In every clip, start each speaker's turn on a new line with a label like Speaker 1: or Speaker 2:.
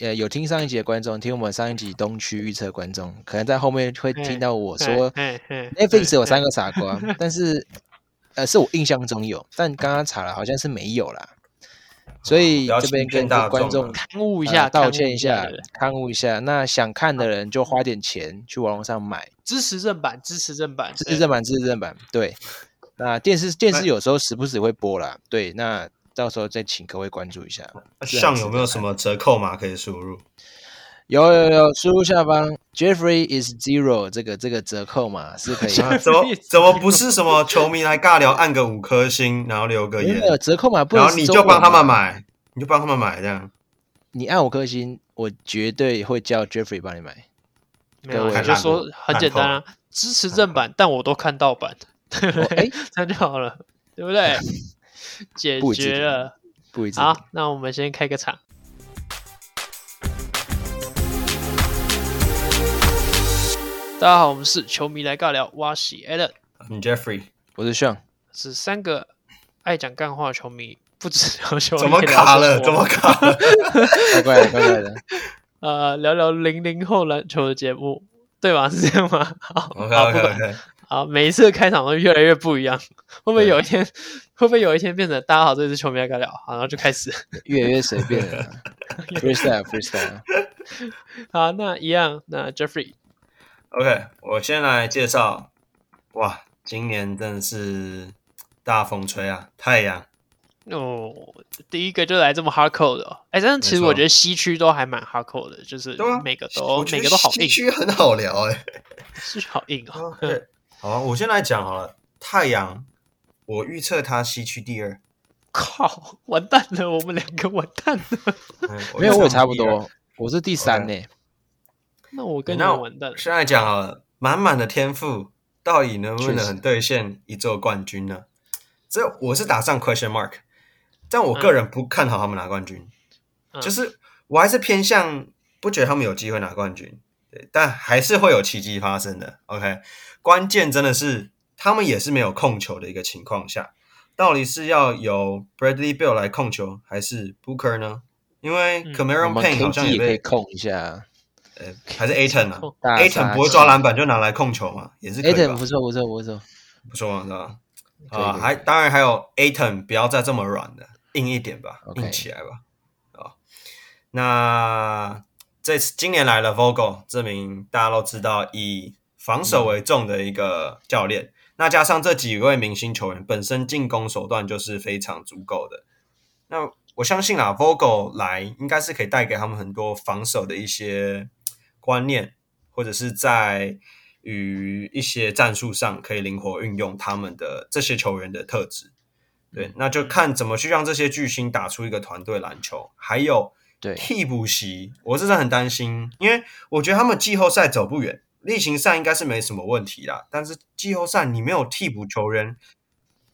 Speaker 1: 呃有听上一集的观众，听我们上一集东区预测观众，可能在后面会听到我说
Speaker 2: 哎哎
Speaker 1: Netflix 有三个傻 瓜，但是呃是我印象中有，但刚刚查了好像是没有啦，所以
Speaker 3: 不要
Speaker 1: 这边
Speaker 3: 欺骗
Speaker 1: 跟
Speaker 3: 大
Speaker 1: 观
Speaker 3: 众
Speaker 1: 众
Speaker 3: 啊了
Speaker 2: 刊物一下，
Speaker 1: 呃道
Speaker 2: 刊
Speaker 1: 歉
Speaker 2: 物
Speaker 1: 哦一
Speaker 2: 一
Speaker 1: 下
Speaker 2: 对，
Speaker 1: 刊物一下。那想看的人就花点钱去网络上买，
Speaker 2: 支持正版，支持正版，。
Speaker 1: 这是正版，这是正版。对，那电视电视有时候时不时会播啦，对，那到时候再请各位关注一下。
Speaker 3: 上有没有什么折扣码可以输 入？
Speaker 1: 有有有，输入下方 Jeffrey is zero 这个这个折扣码是可以
Speaker 2: 啊
Speaker 3: 怎么怎么不是什么球迷来尬聊，按个五颗星，然后留个
Speaker 1: 没
Speaker 3: 言，
Speaker 1: 有折扣码不
Speaker 3: 然
Speaker 1: 能
Speaker 3: 后
Speaker 1: 是
Speaker 3: 你
Speaker 1: 中
Speaker 3: 就
Speaker 1: 文
Speaker 3: 帮他们
Speaker 1: 嘛，
Speaker 3: 买，你就帮他们买这样。
Speaker 1: 你按五颗星，我绝对会叫 Jeffrey 帮你 买。
Speaker 2: 没有，
Speaker 1: 各
Speaker 2: 我
Speaker 1: 位
Speaker 2: 就说很简单啊，支持正版，但我都看盗版，对不
Speaker 1: 我哎
Speaker 2: 对？这样就好了，对不对？解
Speaker 1: 不一致
Speaker 2: 决了。
Speaker 1: 不一致。
Speaker 2: 好，那我们先开个场。大家好，我们是球迷来尬聊，挖喜 Allen
Speaker 3: 你 Jeffrey
Speaker 1: 我是 Sean，
Speaker 2: 是三个爱讲干话的球迷，不止聊球迷，
Speaker 3: 怎么卡了？怎么？卡 了？
Speaker 1: 乖乖的乖乖的，
Speaker 2: 呃，聊聊零零后篮球的节目，对吧？ 是这样吗？好
Speaker 3: OK
Speaker 2: 好不
Speaker 3: OK
Speaker 2: 管
Speaker 3: OK，
Speaker 2: 好，每一次的开场都越来越不一样， 会不会有一天， 会不会有一天变成大家好，这里是球迷来尬聊，好，然后就开始。
Speaker 1: 越来越随便了啦，freestyle freestyle。
Speaker 2: 好，那一样，那 Jeffrey，
Speaker 3: OK，我先来介绍。哇，今年真的是大风吹啊，太阳。
Speaker 2: 哦，第一个就来这么 hardcore 的、哦，哎，但是其
Speaker 3: 没
Speaker 2: 实
Speaker 3: 错
Speaker 2: 我觉得西区都还蛮 hardcore 的，就是
Speaker 3: 对啊
Speaker 2: 每个都、
Speaker 3: 我觉
Speaker 2: 每
Speaker 3: 得
Speaker 2: 个都好
Speaker 3: 西
Speaker 2: 硬，
Speaker 3: 区很好聊哎、
Speaker 2: 西区好硬哦。
Speaker 3: OK，好啊，我先来讲好了。太阳，我预测它西区第二。
Speaker 2: 靠，完蛋了，我们两个完蛋了。
Speaker 3: 嗯
Speaker 1: 没有，我也差不。
Speaker 3: 预测它第二
Speaker 1: 多，我是第三呢、
Speaker 2: 那我跟你
Speaker 3: 那
Speaker 2: 们
Speaker 3: 我
Speaker 2: 完蛋了。
Speaker 3: 现在讲好了，满满的天赋，到底能不
Speaker 1: 确实
Speaker 3: 能兑现一座冠军呢？这我是打上 question mark，但我个人不看好他们拿冠军，
Speaker 2: 嗯
Speaker 3: 就是我还是偏向不觉得他们有机会拿冠军，对，但还是会有奇迹发生的。OK，关键真的是他们也是没有控球的一个情况下，到底是要由 Bradley Bill 来控球，还是 Booker 呢？因为
Speaker 2: 嗯
Speaker 1: 我
Speaker 3: Cameron
Speaker 1: 们
Speaker 3: Payne 好
Speaker 1: KD
Speaker 3: 像
Speaker 1: 也
Speaker 3: 也
Speaker 1: 可以
Speaker 3: 被
Speaker 1: 控一下
Speaker 3: 呃，还是 Aton 啊
Speaker 1: 大杀
Speaker 3: ，Aton 不会
Speaker 1: 器
Speaker 3: 抓篮板就拿来控球嘛，也是可以
Speaker 1: ，Aton
Speaker 3: 吧
Speaker 1: 不错不错不错，
Speaker 3: 不错嘛，是吧？
Speaker 1: 可以
Speaker 3: 啊，
Speaker 1: 可以
Speaker 3: 还当然还有 Aton，不要再这么软的，硬一点吧
Speaker 1: OK
Speaker 3: 硬起来吧。啊，那这次今年来了 Vogel，这名大家都知道以防守为重的一个教练，那加上这几位明星球员本身进攻手段就是非常足够的。那我相信啊，Vogel 来应该是可以带给他们很多防守的一些观念，或者是在于一些战术上可以灵活运用他们的这些球员的特质。对，那就看怎么去让这些巨星打出一个团队篮球，还有
Speaker 1: 对
Speaker 3: 替补席，我真的很担心，因为我觉得他们季后赛走不远，例行赛应该是没什么问题啦，但是季后赛你没有替补球员，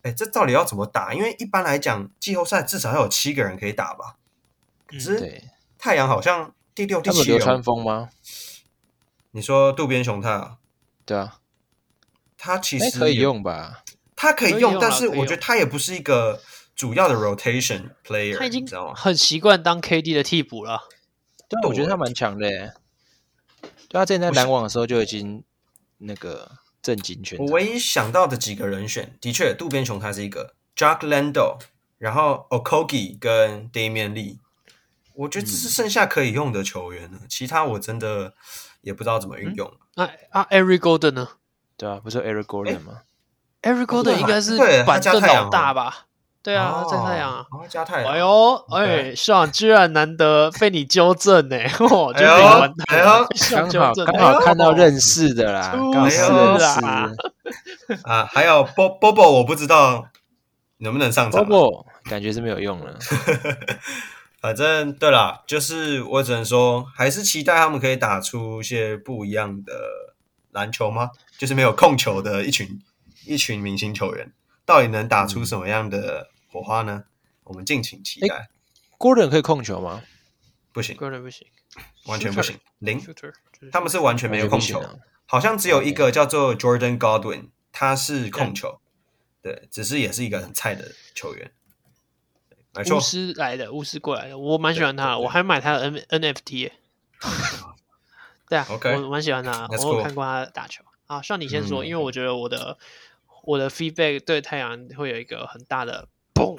Speaker 3: 哎，这到底要怎么打？因为一般来讲，季后赛至少要有七个人可以打吧，可是
Speaker 1: 对，
Speaker 3: 太阳好像第六、第
Speaker 1: 他们有
Speaker 3: 七
Speaker 1: 流
Speaker 3: 人
Speaker 1: 川，枫吗？
Speaker 3: 你说渡边雄太啊，
Speaker 1: 对啊，
Speaker 3: 他其
Speaker 1: 哎
Speaker 3: 实
Speaker 1: 可以
Speaker 3: 也
Speaker 1: 用吧？
Speaker 3: 他可
Speaker 2: 可以
Speaker 3: 以用
Speaker 2: 用，
Speaker 3: 但
Speaker 2: 啦
Speaker 3: 是
Speaker 2: 可以
Speaker 3: 我觉得
Speaker 2: 用
Speaker 3: 他也不是一个主要的 rotation player，
Speaker 2: 他已经
Speaker 3: 你知道吗？
Speaker 2: 很习惯当 KD 的替补了。
Speaker 1: 对啊，我觉得他蛮强的、欸，对啊，之前在篮网的时候就已经那个震惊全
Speaker 3: 我
Speaker 1: 场，
Speaker 3: 唯一想到的几个人选，的确渡边雄他是一个，Jack Lando，然后 Okogie 跟 Damian Lee，我觉得这
Speaker 2: 嗯
Speaker 3: 是剩下可以用的球员了，其他我真的也不知道怎么运用。
Speaker 2: 那啊，Eric Golden 呢
Speaker 1: 对啊，不是 Eric Gordon 吗？
Speaker 2: ？Eric Golden
Speaker 3: 对啊
Speaker 2: 应该是
Speaker 3: 对他
Speaker 2: 板
Speaker 3: 加
Speaker 2: 凳
Speaker 3: 太阳
Speaker 2: 老大
Speaker 3: 哦
Speaker 2: 吧？对啊，在太阳啊
Speaker 3: 哦。，哦加太阳，
Speaker 2: 哎呦，哎，
Speaker 3: OK
Speaker 2: 上居然难得被你纠正呢， 我就
Speaker 3: 哎
Speaker 2: 被
Speaker 3: 呦，
Speaker 2: 你完蛋
Speaker 3: 哎
Speaker 2: 了，
Speaker 3: 呦
Speaker 2: 被上
Speaker 1: 刚
Speaker 2: 纠
Speaker 1: 好
Speaker 2: 正，
Speaker 1: 刚
Speaker 2: 哎
Speaker 1: 好
Speaker 2: 呦
Speaker 1: 看到认识的啦，
Speaker 2: 出
Speaker 1: 刚好
Speaker 3: 事
Speaker 1: 是认识
Speaker 2: 啦
Speaker 3: 啊，还有 Bo- Bobo，我不知道能不能上场啊。
Speaker 1: ，Bobo 感觉是没有用了，
Speaker 3: 反正对啦，就是我只能说，还是期待他们可以打出一些不一样的篮球吗？就是没有控球的一群一群明星球员，到底能打出什么样的火花呢？我们敬请期待。
Speaker 1: ，Gordon 可以控球吗？
Speaker 3: 不行，
Speaker 2: 个人不行
Speaker 3: 完全不行，零。
Speaker 2: ，shooter，就是
Speaker 3: 嗯他们是完全没有控球
Speaker 1: 完全不行，啊
Speaker 3: 好像只有一个叫做 Jordan Godwin，他是控球，对，只是也是一个很菜的球员。没错
Speaker 2: 巫，师来的，巫师过来的，我蛮喜欢他的，
Speaker 3: 对对
Speaker 2: 我还买他的 N NFT 耶。对啊
Speaker 3: OK
Speaker 2: 我蛮喜欢他的，
Speaker 3: That's
Speaker 2: 我有
Speaker 3: cool
Speaker 2: 看过他打球。啊，像你先说，
Speaker 3: 嗯
Speaker 2: 因为我觉得我的我的 feedback 对太阳会有一个很大的嘣。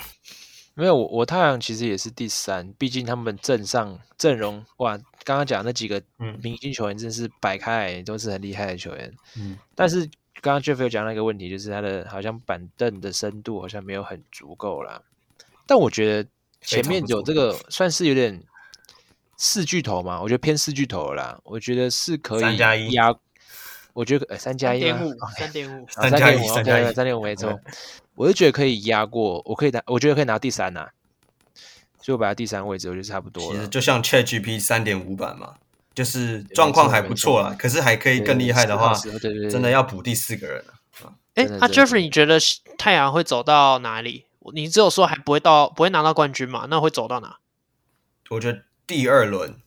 Speaker 1: 没有，我我太阳其实也是第三，毕竟他们阵上阵容哇，刚刚讲那几个
Speaker 3: 嗯
Speaker 1: 明星球员真是摆开来都是很厉害的球员，
Speaker 3: 嗯，
Speaker 1: 但是刚刚 Jeff 有讲到一个问题，就是他的好像板凳的深度好像没有很足够啦，但我觉得前面有这个算是有点四巨头嘛，我觉得偏四巨头了啦，我觉得是可
Speaker 3: 三加一
Speaker 1: 以压，我觉得呃三加
Speaker 2: 三
Speaker 1: 一
Speaker 2: 点五
Speaker 1: 吗，
Speaker 2: 三点五，
Speaker 1: 啊三
Speaker 3: 加
Speaker 1: 点
Speaker 3: 一，
Speaker 1: 五，
Speaker 3: 三加一，
Speaker 1: 三点五没错。我就觉得可以压过，我可以拿，我觉得可以拿第三呐、所以我把它第三位置，我觉得差不多
Speaker 3: 其实
Speaker 1: 了。
Speaker 3: 就像 ChatGPT 三点五版嘛，就是状况还不错
Speaker 1: 啊
Speaker 3: 啦，可是还可以更厉害的话，
Speaker 1: 对对啊对，
Speaker 3: 真的要补第四个人了。
Speaker 2: 哎
Speaker 1: 真，的
Speaker 2: 啊
Speaker 1: 真的
Speaker 2: ，Jeffrey，你觉得太阳会走到哪里？你只有说还不会到，不会拿到冠军嘛？那会走到哪？
Speaker 3: 我觉得第二轮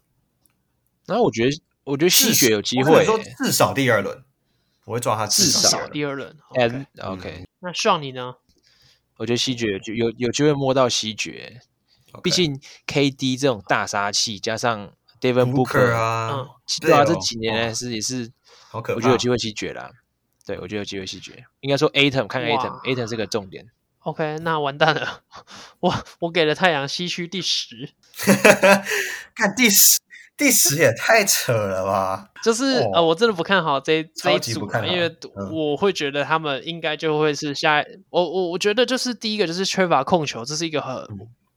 Speaker 1: 然后我觉得，我觉得
Speaker 3: 至
Speaker 1: 戏
Speaker 3: 少
Speaker 1: 谑有机
Speaker 3: 我
Speaker 1: 会、欸
Speaker 3: 跟你说至少第二轮，我会抓他
Speaker 1: 至
Speaker 3: 少
Speaker 1: 少
Speaker 3: 第
Speaker 2: 少
Speaker 3: 二轮
Speaker 2: 第二
Speaker 1: 哎
Speaker 2: 轮。OK，
Speaker 3: 嗯
Speaker 1: OK，
Speaker 2: 那 Sean 你呢？
Speaker 1: 我觉得西决有机有有机会摸到西决，
Speaker 3: OK
Speaker 1: 毕竟 KD 这种大杀器加上 Devin
Speaker 3: Booker
Speaker 1: Booker，
Speaker 3: 啊，
Speaker 1: 对啊，
Speaker 3: 对
Speaker 1: 这
Speaker 3: 哦
Speaker 1: 几年来是也是，
Speaker 3: 好可怕，
Speaker 1: 我觉得有机会西决啦。对，我觉得有机会西决，应该说 Atom 看
Speaker 2: 哇
Speaker 1: Atom，Atom 是个重点。
Speaker 2: OK，那完蛋了，我我给了太阳西区第十，
Speaker 3: 看第十，第十也太扯了吧！
Speaker 2: 就是、
Speaker 3: 哦
Speaker 2: 呃，我真的不看好这这一
Speaker 3: 超级
Speaker 2: 组
Speaker 3: 不看
Speaker 2: 啊，
Speaker 3: 好
Speaker 2: 因为
Speaker 3: 嗯
Speaker 2: 我会觉得他们应该就会是下，我我我觉得就是第一个就是缺乏控球，这是一个很、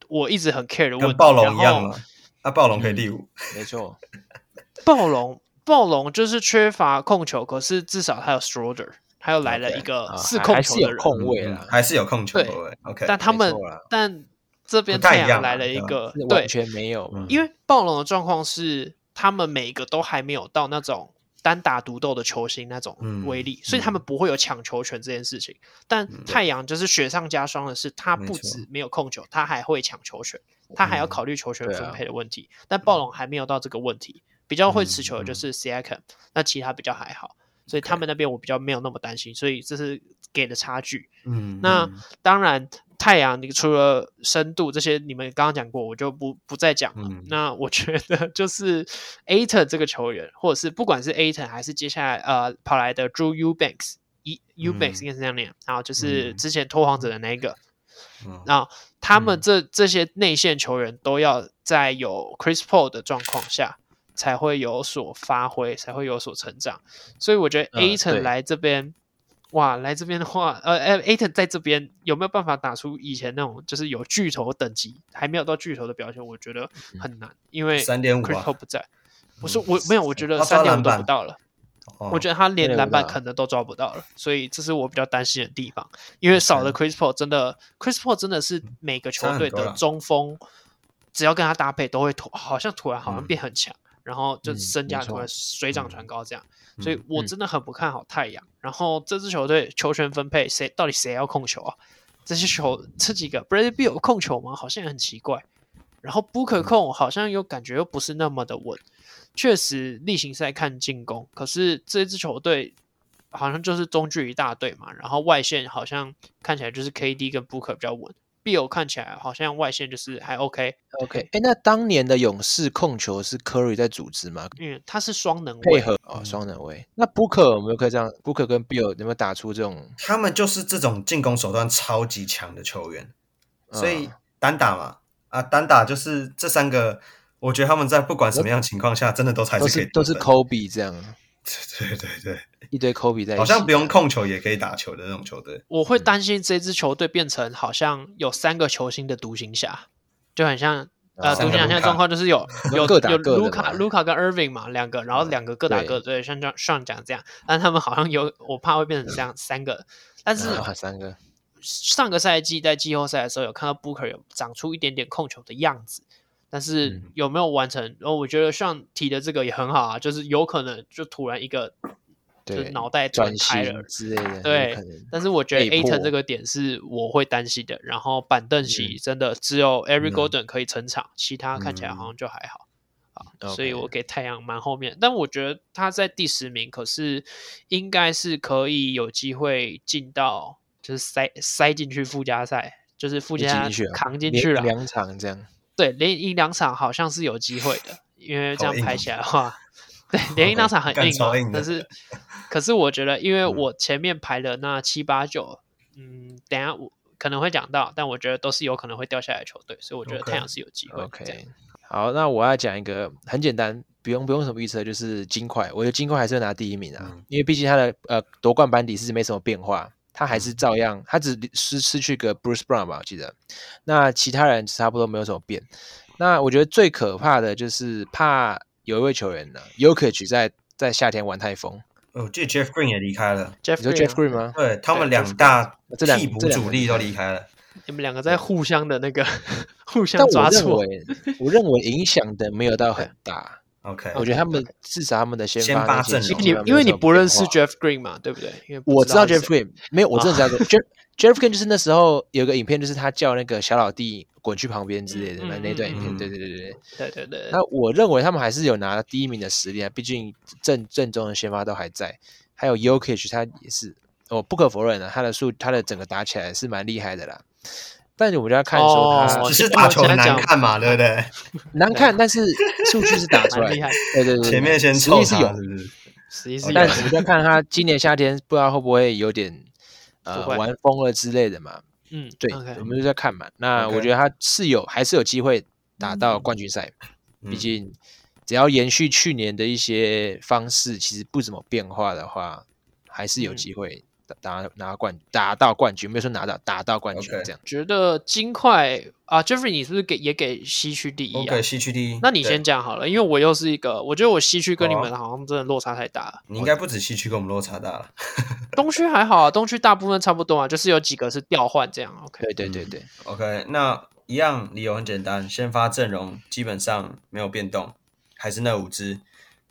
Speaker 2: 我一直很 care 的问
Speaker 3: 嗯跟
Speaker 2: 题，
Speaker 3: 暴龙
Speaker 2: 然
Speaker 3: 一样啊
Speaker 2: 后
Speaker 3: 嘛，那暴龙可以
Speaker 1: 嗯
Speaker 3: 第五，
Speaker 1: 没 错，
Speaker 2: 暴龙暴龙就是缺乏控球，可是至少还有 Stroder，还有来了一个
Speaker 1: 啊
Speaker 2: 是
Speaker 1: 还
Speaker 2: 控
Speaker 1: 还是
Speaker 2: 球
Speaker 1: 有
Speaker 2: 的人，
Speaker 1: 控位啦，
Speaker 3: 嗯还是有控球
Speaker 2: 对
Speaker 3: 对不对？OK，
Speaker 2: 但他
Speaker 1: 没
Speaker 2: 们
Speaker 1: 错啦
Speaker 2: 但这边
Speaker 3: 不太
Speaker 2: 太
Speaker 3: 一样
Speaker 2: 阳
Speaker 3: 啊
Speaker 2: 来了一
Speaker 3: 对啊
Speaker 2: 个
Speaker 1: 是
Speaker 2: 对
Speaker 1: 完全没有嘛。
Speaker 3: 嗯
Speaker 2: 因为暴龙的状况是，他们每个都还没有到那种单打独斗的球星那种
Speaker 3: 嗯
Speaker 2: 威力，所以他们不会有抢球权这件事情。但太阳就是雪上加霜的是，他
Speaker 3: 没
Speaker 2: 不
Speaker 3: 错嗯
Speaker 2: 止没有控球，他还会抢球权，他还要考虑球权
Speaker 1: 对啊
Speaker 2: 分配的问题。但暴龙还没有到这个问题，比较会持球的
Speaker 3: 嗯
Speaker 2: 就
Speaker 3: 嗯
Speaker 2: 是 c i a k a m 那其他比较还好。所以他们那边我比较没有那么担心，所以这是给的差距。
Speaker 3: 嗯
Speaker 2: 那
Speaker 3: 嗯
Speaker 2: 当然，太阳你除了深度这些，你们刚刚讲过，我就不不再讲了。
Speaker 3: 嗯
Speaker 2: 那我觉得就是 Aton 这个球员，或者是不管是 Aton 还是接下来呃跑来的 Drew Eubanks。一 Eubanks 应该是这样念，然后就是
Speaker 3: 嗯
Speaker 2: 之前拓荒者的那一个，
Speaker 3: 嗯
Speaker 2: 那他们
Speaker 3: 嗯
Speaker 2: 这这些内线球员都要在有 Chris Paul 的状况下才会有所发挥，才会有所成长。所以我觉
Speaker 3: 呃
Speaker 2: 得
Speaker 1: 嗯
Speaker 2: A 城
Speaker 1: 对
Speaker 2: 来这边，哇，来这边的话，呃，A 城在这边有没有办法打出以前那种就是有巨头等级还没有到巨头的表现？我觉
Speaker 3: 嗯
Speaker 2: 得很难，因为 Chris
Speaker 3: 3.5
Speaker 2: Paul
Speaker 3: 吧，
Speaker 2: 不在。我说我没有，我觉得
Speaker 3: 啊嗯他抓
Speaker 2: 三点五
Speaker 3: 篮
Speaker 2: 都
Speaker 3: 板
Speaker 2: 不到了。我觉得
Speaker 3: 得
Speaker 2: 他连
Speaker 1: 对
Speaker 2: 篮
Speaker 1: 我
Speaker 2: 板
Speaker 1: 懂
Speaker 2: 可能都抓不到了，所以这是我比较担心的地方。因为少了 Chris Paul，真的 Chris Paul 真的是每个球队
Speaker 3: 差很多
Speaker 2: 的
Speaker 3: 啦
Speaker 2: 中锋，只要跟他搭配，都会突好像突然好像
Speaker 3: 嗯
Speaker 2: 变很强，然后就
Speaker 1: 嗯
Speaker 2: 身价
Speaker 1: 没错
Speaker 2: 突然水涨船高这样。所以
Speaker 3: 嗯
Speaker 2: 我真的很不看好太阳。然后这支球队球权分配，谁到底谁要控球啊？这些球这几个 Brady b i l l 控球吗？好像也很奇怪。然后
Speaker 1: 嗯
Speaker 2: Booker 控好像又感觉又不是那么的稳，确实例行赛看进攻，可是这支球队好像就是中距离大队嘛，然后外线好像看起来就是 KD 跟 Booker 比较稳 b i l l 看起来好像外线就是还 OK，
Speaker 1: OK，哎，那当年的勇士控球是 Curry 在组织吗？
Speaker 2: 因为他是双能
Speaker 1: 配
Speaker 2: 位，
Speaker 1: 合哦，
Speaker 3: 嗯
Speaker 1: 双人位。那 Booker 有没有可以这样？Booker 跟 Bill 有没有打出这种？
Speaker 3: 他们就是这种进攻手段超级强的球员，
Speaker 1: 嗯
Speaker 3: 所以单打嘛，啊，单打就是这三个，我觉得他们在不管什么样情况下，真的都还
Speaker 1: 都
Speaker 3: 可以
Speaker 1: 是都是
Speaker 3: 得分
Speaker 1: Kobe 这样，
Speaker 3: 对对对，
Speaker 1: 一堆 Kobe 在一起，
Speaker 3: 好像不用控球也可以打球的那种球队。
Speaker 2: 我
Speaker 1: 嗯
Speaker 2: 会担心这支球队变成好像有三个球星的独行侠，就很像呃，
Speaker 1: 哦
Speaker 2: 独行侠现在
Speaker 3: 卢卡
Speaker 2: 状况就是有有
Speaker 1: 各打
Speaker 2: 有
Speaker 1: 各的嗯
Speaker 2: 卢卡
Speaker 1: 嘛
Speaker 2: 卢卡跟 Irving 嘛，两个，然后两个各打各的，对，像这样上讲这样，但他们好像有，我怕会变成这样三个，但是
Speaker 3: 嗯
Speaker 1: 啊三个，
Speaker 2: 上个赛季在季后赛的时候有看到 Booker 有长出一点点控球的样子，但是
Speaker 3: 嗯
Speaker 2: 有没有完成？然后我觉得上提的这个也很好啊，就是有可能就突然一个就是
Speaker 1: 对，
Speaker 2: 脑袋突然
Speaker 1: 转
Speaker 2: 开
Speaker 1: 型
Speaker 2: 了，
Speaker 1: 之类的，
Speaker 2: 对
Speaker 1: 有可能
Speaker 2: 但是我觉得
Speaker 1: 被
Speaker 2: A
Speaker 1: 迫嗯
Speaker 2: n 这个点是我会担心的。然后板凳席真的只有 Eric
Speaker 3: 嗯
Speaker 2: Golden 可以撑场，其他看起来
Speaker 1: 嗯
Speaker 2: 好像就还好。啊，
Speaker 1: OK
Speaker 2: 所以我给太阳蛮后面，但我觉得他在第十名，可是应该是可以有机会进到，就是塞塞进去附加赛，就是附
Speaker 1: 也
Speaker 2: 件
Speaker 1: 挤
Speaker 2: 他
Speaker 1: 进去啊
Speaker 2: 扛进
Speaker 1: 连
Speaker 2: 去了。
Speaker 1: 两场这样，
Speaker 2: 对，连赢两场好像是有机会的，因为这
Speaker 3: 好
Speaker 2: 样
Speaker 3: 硬
Speaker 2: 拍
Speaker 3: 哦
Speaker 2: 起来的话， 对，连赢两场很
Speaker 3: 干
Speaker 2: 硬、
Speaker 3: 超
Speaker 2: 哦，
Speaker 3: 硬的
Speaker 2: 但是， 可是我觉得，因为
Speaker 3: 嗯
Speaker 2: 我前面排了那七八九，嗯，等一下我可能会讲到，但我觉得都是有可能会掉下来的球队，所以我觉得
Speaker 3: OK
Speaker 2: 太阳是有机会。这样
Speaker 1: OK，好，那我要讲一个很简单，不用不用什么预测，就是金块。我觉得金块还是会拿第一名啊，
Speaker 3: 嗯
Speaker 1: 因为毕竟他的呃夺冠班底是没什么变化，他还是
Speaker 2: 嗯
Speaker 1: 照样，他只失失去个 Bruce Brown 吧，我记得。那其他人差不多没有什么变。那我觉得最可怕的就是怕有一位球员呢 y o k i c 在在夏天玩太疯。
Speaker 3: 呃我记得 Jeff Green 也离开了，
Speaker 2: Jeff
Speaker 1: 你说 Jeff
Speaker 2: Green
Speaker 1: Green
Speaker 2: 啊
Speaker 1: 吗？
Speaker 3: 对他们
Speaker 2: 对
Speaker 3: 两
Speaker 2: Jeff
Speaker 3: 大
Speaker 1: 这两
Speaker 3: 替补
Speaker 1: 这两个
Speaker 3: 主力都离开了。
Speaker 2: 你们两个在互相的那个 互相
Speaker 1: 但
Speaker 2: 抓
Speaker 1: 我认
Speaker 2: 错，
Speaker 1: 为，我认为影响的没有到很 大。
Speaker 3: OK，
Speaker 1: 我觉得他们至少他们的先
Speaker 3: 先
Speaker 1: 发
Speaker 3: 发
Speaker 1: 那些
Speaker 3: 阵
Speaker 1: 基本
Speaker 2: 因为你
Speaker 3: 容
Speaker 1: 上没
Speaker 2: 因
Speaker 1: 有
Speaker 2: 为你
Speaker 1: 什么
Speaker 2: 不认
Speaker 1: 变
Speaker 2: 识
Speaker 1: 化
Speaker 2: Jeff Green 嘛，对不对？因为不
Speaker 1: 我知道
Speaker 2: 是
Speaker 1: Jeff
Speaker 2: 谁
Speaker 1: Green 没有，我真的知道 Jeff Jeff Green 就是那时候有个影片，就是他叫那个小老弟滚去旁边之类的
Speaker 2: 嗯
Speaker 1: 那
Speaker 2: 嗯
Speaker 1: 那段影
Speaker 3: 嗯
Speaker 1: 片。
Speaker 3: 嗯
Speaker 1: 对对对对对。
Speaker 2: 对对对，
Speaker 1: 那我认为他们还是有拿第一名的实力啊，毕竟正正宗的先发都还在，还有 Yokich 他也是，我不可否认啊，他的数他的整个打起来是蛮厉害的啦。但是我们就要看说他
Speaker 2: 哦
Speaker 3: 只是打球很难看嘛，
Speaker 2: 我
Speaker 3: 对
Speaker 2: 现在
Speaker 3: 不对？
Speaker 1: 难看，但是数据是 打出来
Speaker 2: 蛮
Speaker 1: 的
Speaker 2: 厉。害，
Speaker 1: 对对对对，
Speaker 3: 前面先
Speaker 1: 实
Speaker 3: 凑
Speaker 1: 力是
Speaker 3: 他
Speaker 1: 有，
Speaker 3: 是不是
Speaker 2: 实际是有
Speaker 1: 但是我就看他今年夏天不知道会不会有点呃
Speaker 2: 不会
Speaker 1: 玩疯了之类的嘛。
Speaker 2: 嗯，
Speaker 1: 对
Speaker 2: OK
Speaker 1: 我们就在看嘛。那
Speaker 3: OK
Speaker 1: 我觉得他是有还是有机会打到冠军赛，
Speaker 3: 嗯
Speaker 1: 毕竟只要延续去年的一些方式，其实不怎么变化的话，还是有
Speaker 2: 嗯
Speaker 1: 机会打拿拿冠打到冠军，没有说拿到打到冠军
Speaker 3: OK
Speaker 1: 这样。
Speaker 2: 觉得金块啊，Jeffrey，你是不是给也给西区第一啊
Speaker 3: ？OK，？西区第一。
Speaker 2: 那你先
Speaker 3: 对，
Speaker 2: 讲好了，因为我又是一个，我觉得我西区跟你
Speaker 3: 好啊
Speaker 2: 们好像真的落差太大了。
Speaker 3: 你应该不止西区跟我们落差大了。
Speaker 2: 东区还好啊，东区大部分差不多啊，就是有几个是调换这样。OK，
Speaker 1: 对对对对，
Speaker 3: OK，那一样理由很简单，先发阵容基本上没有变动，还是那五支。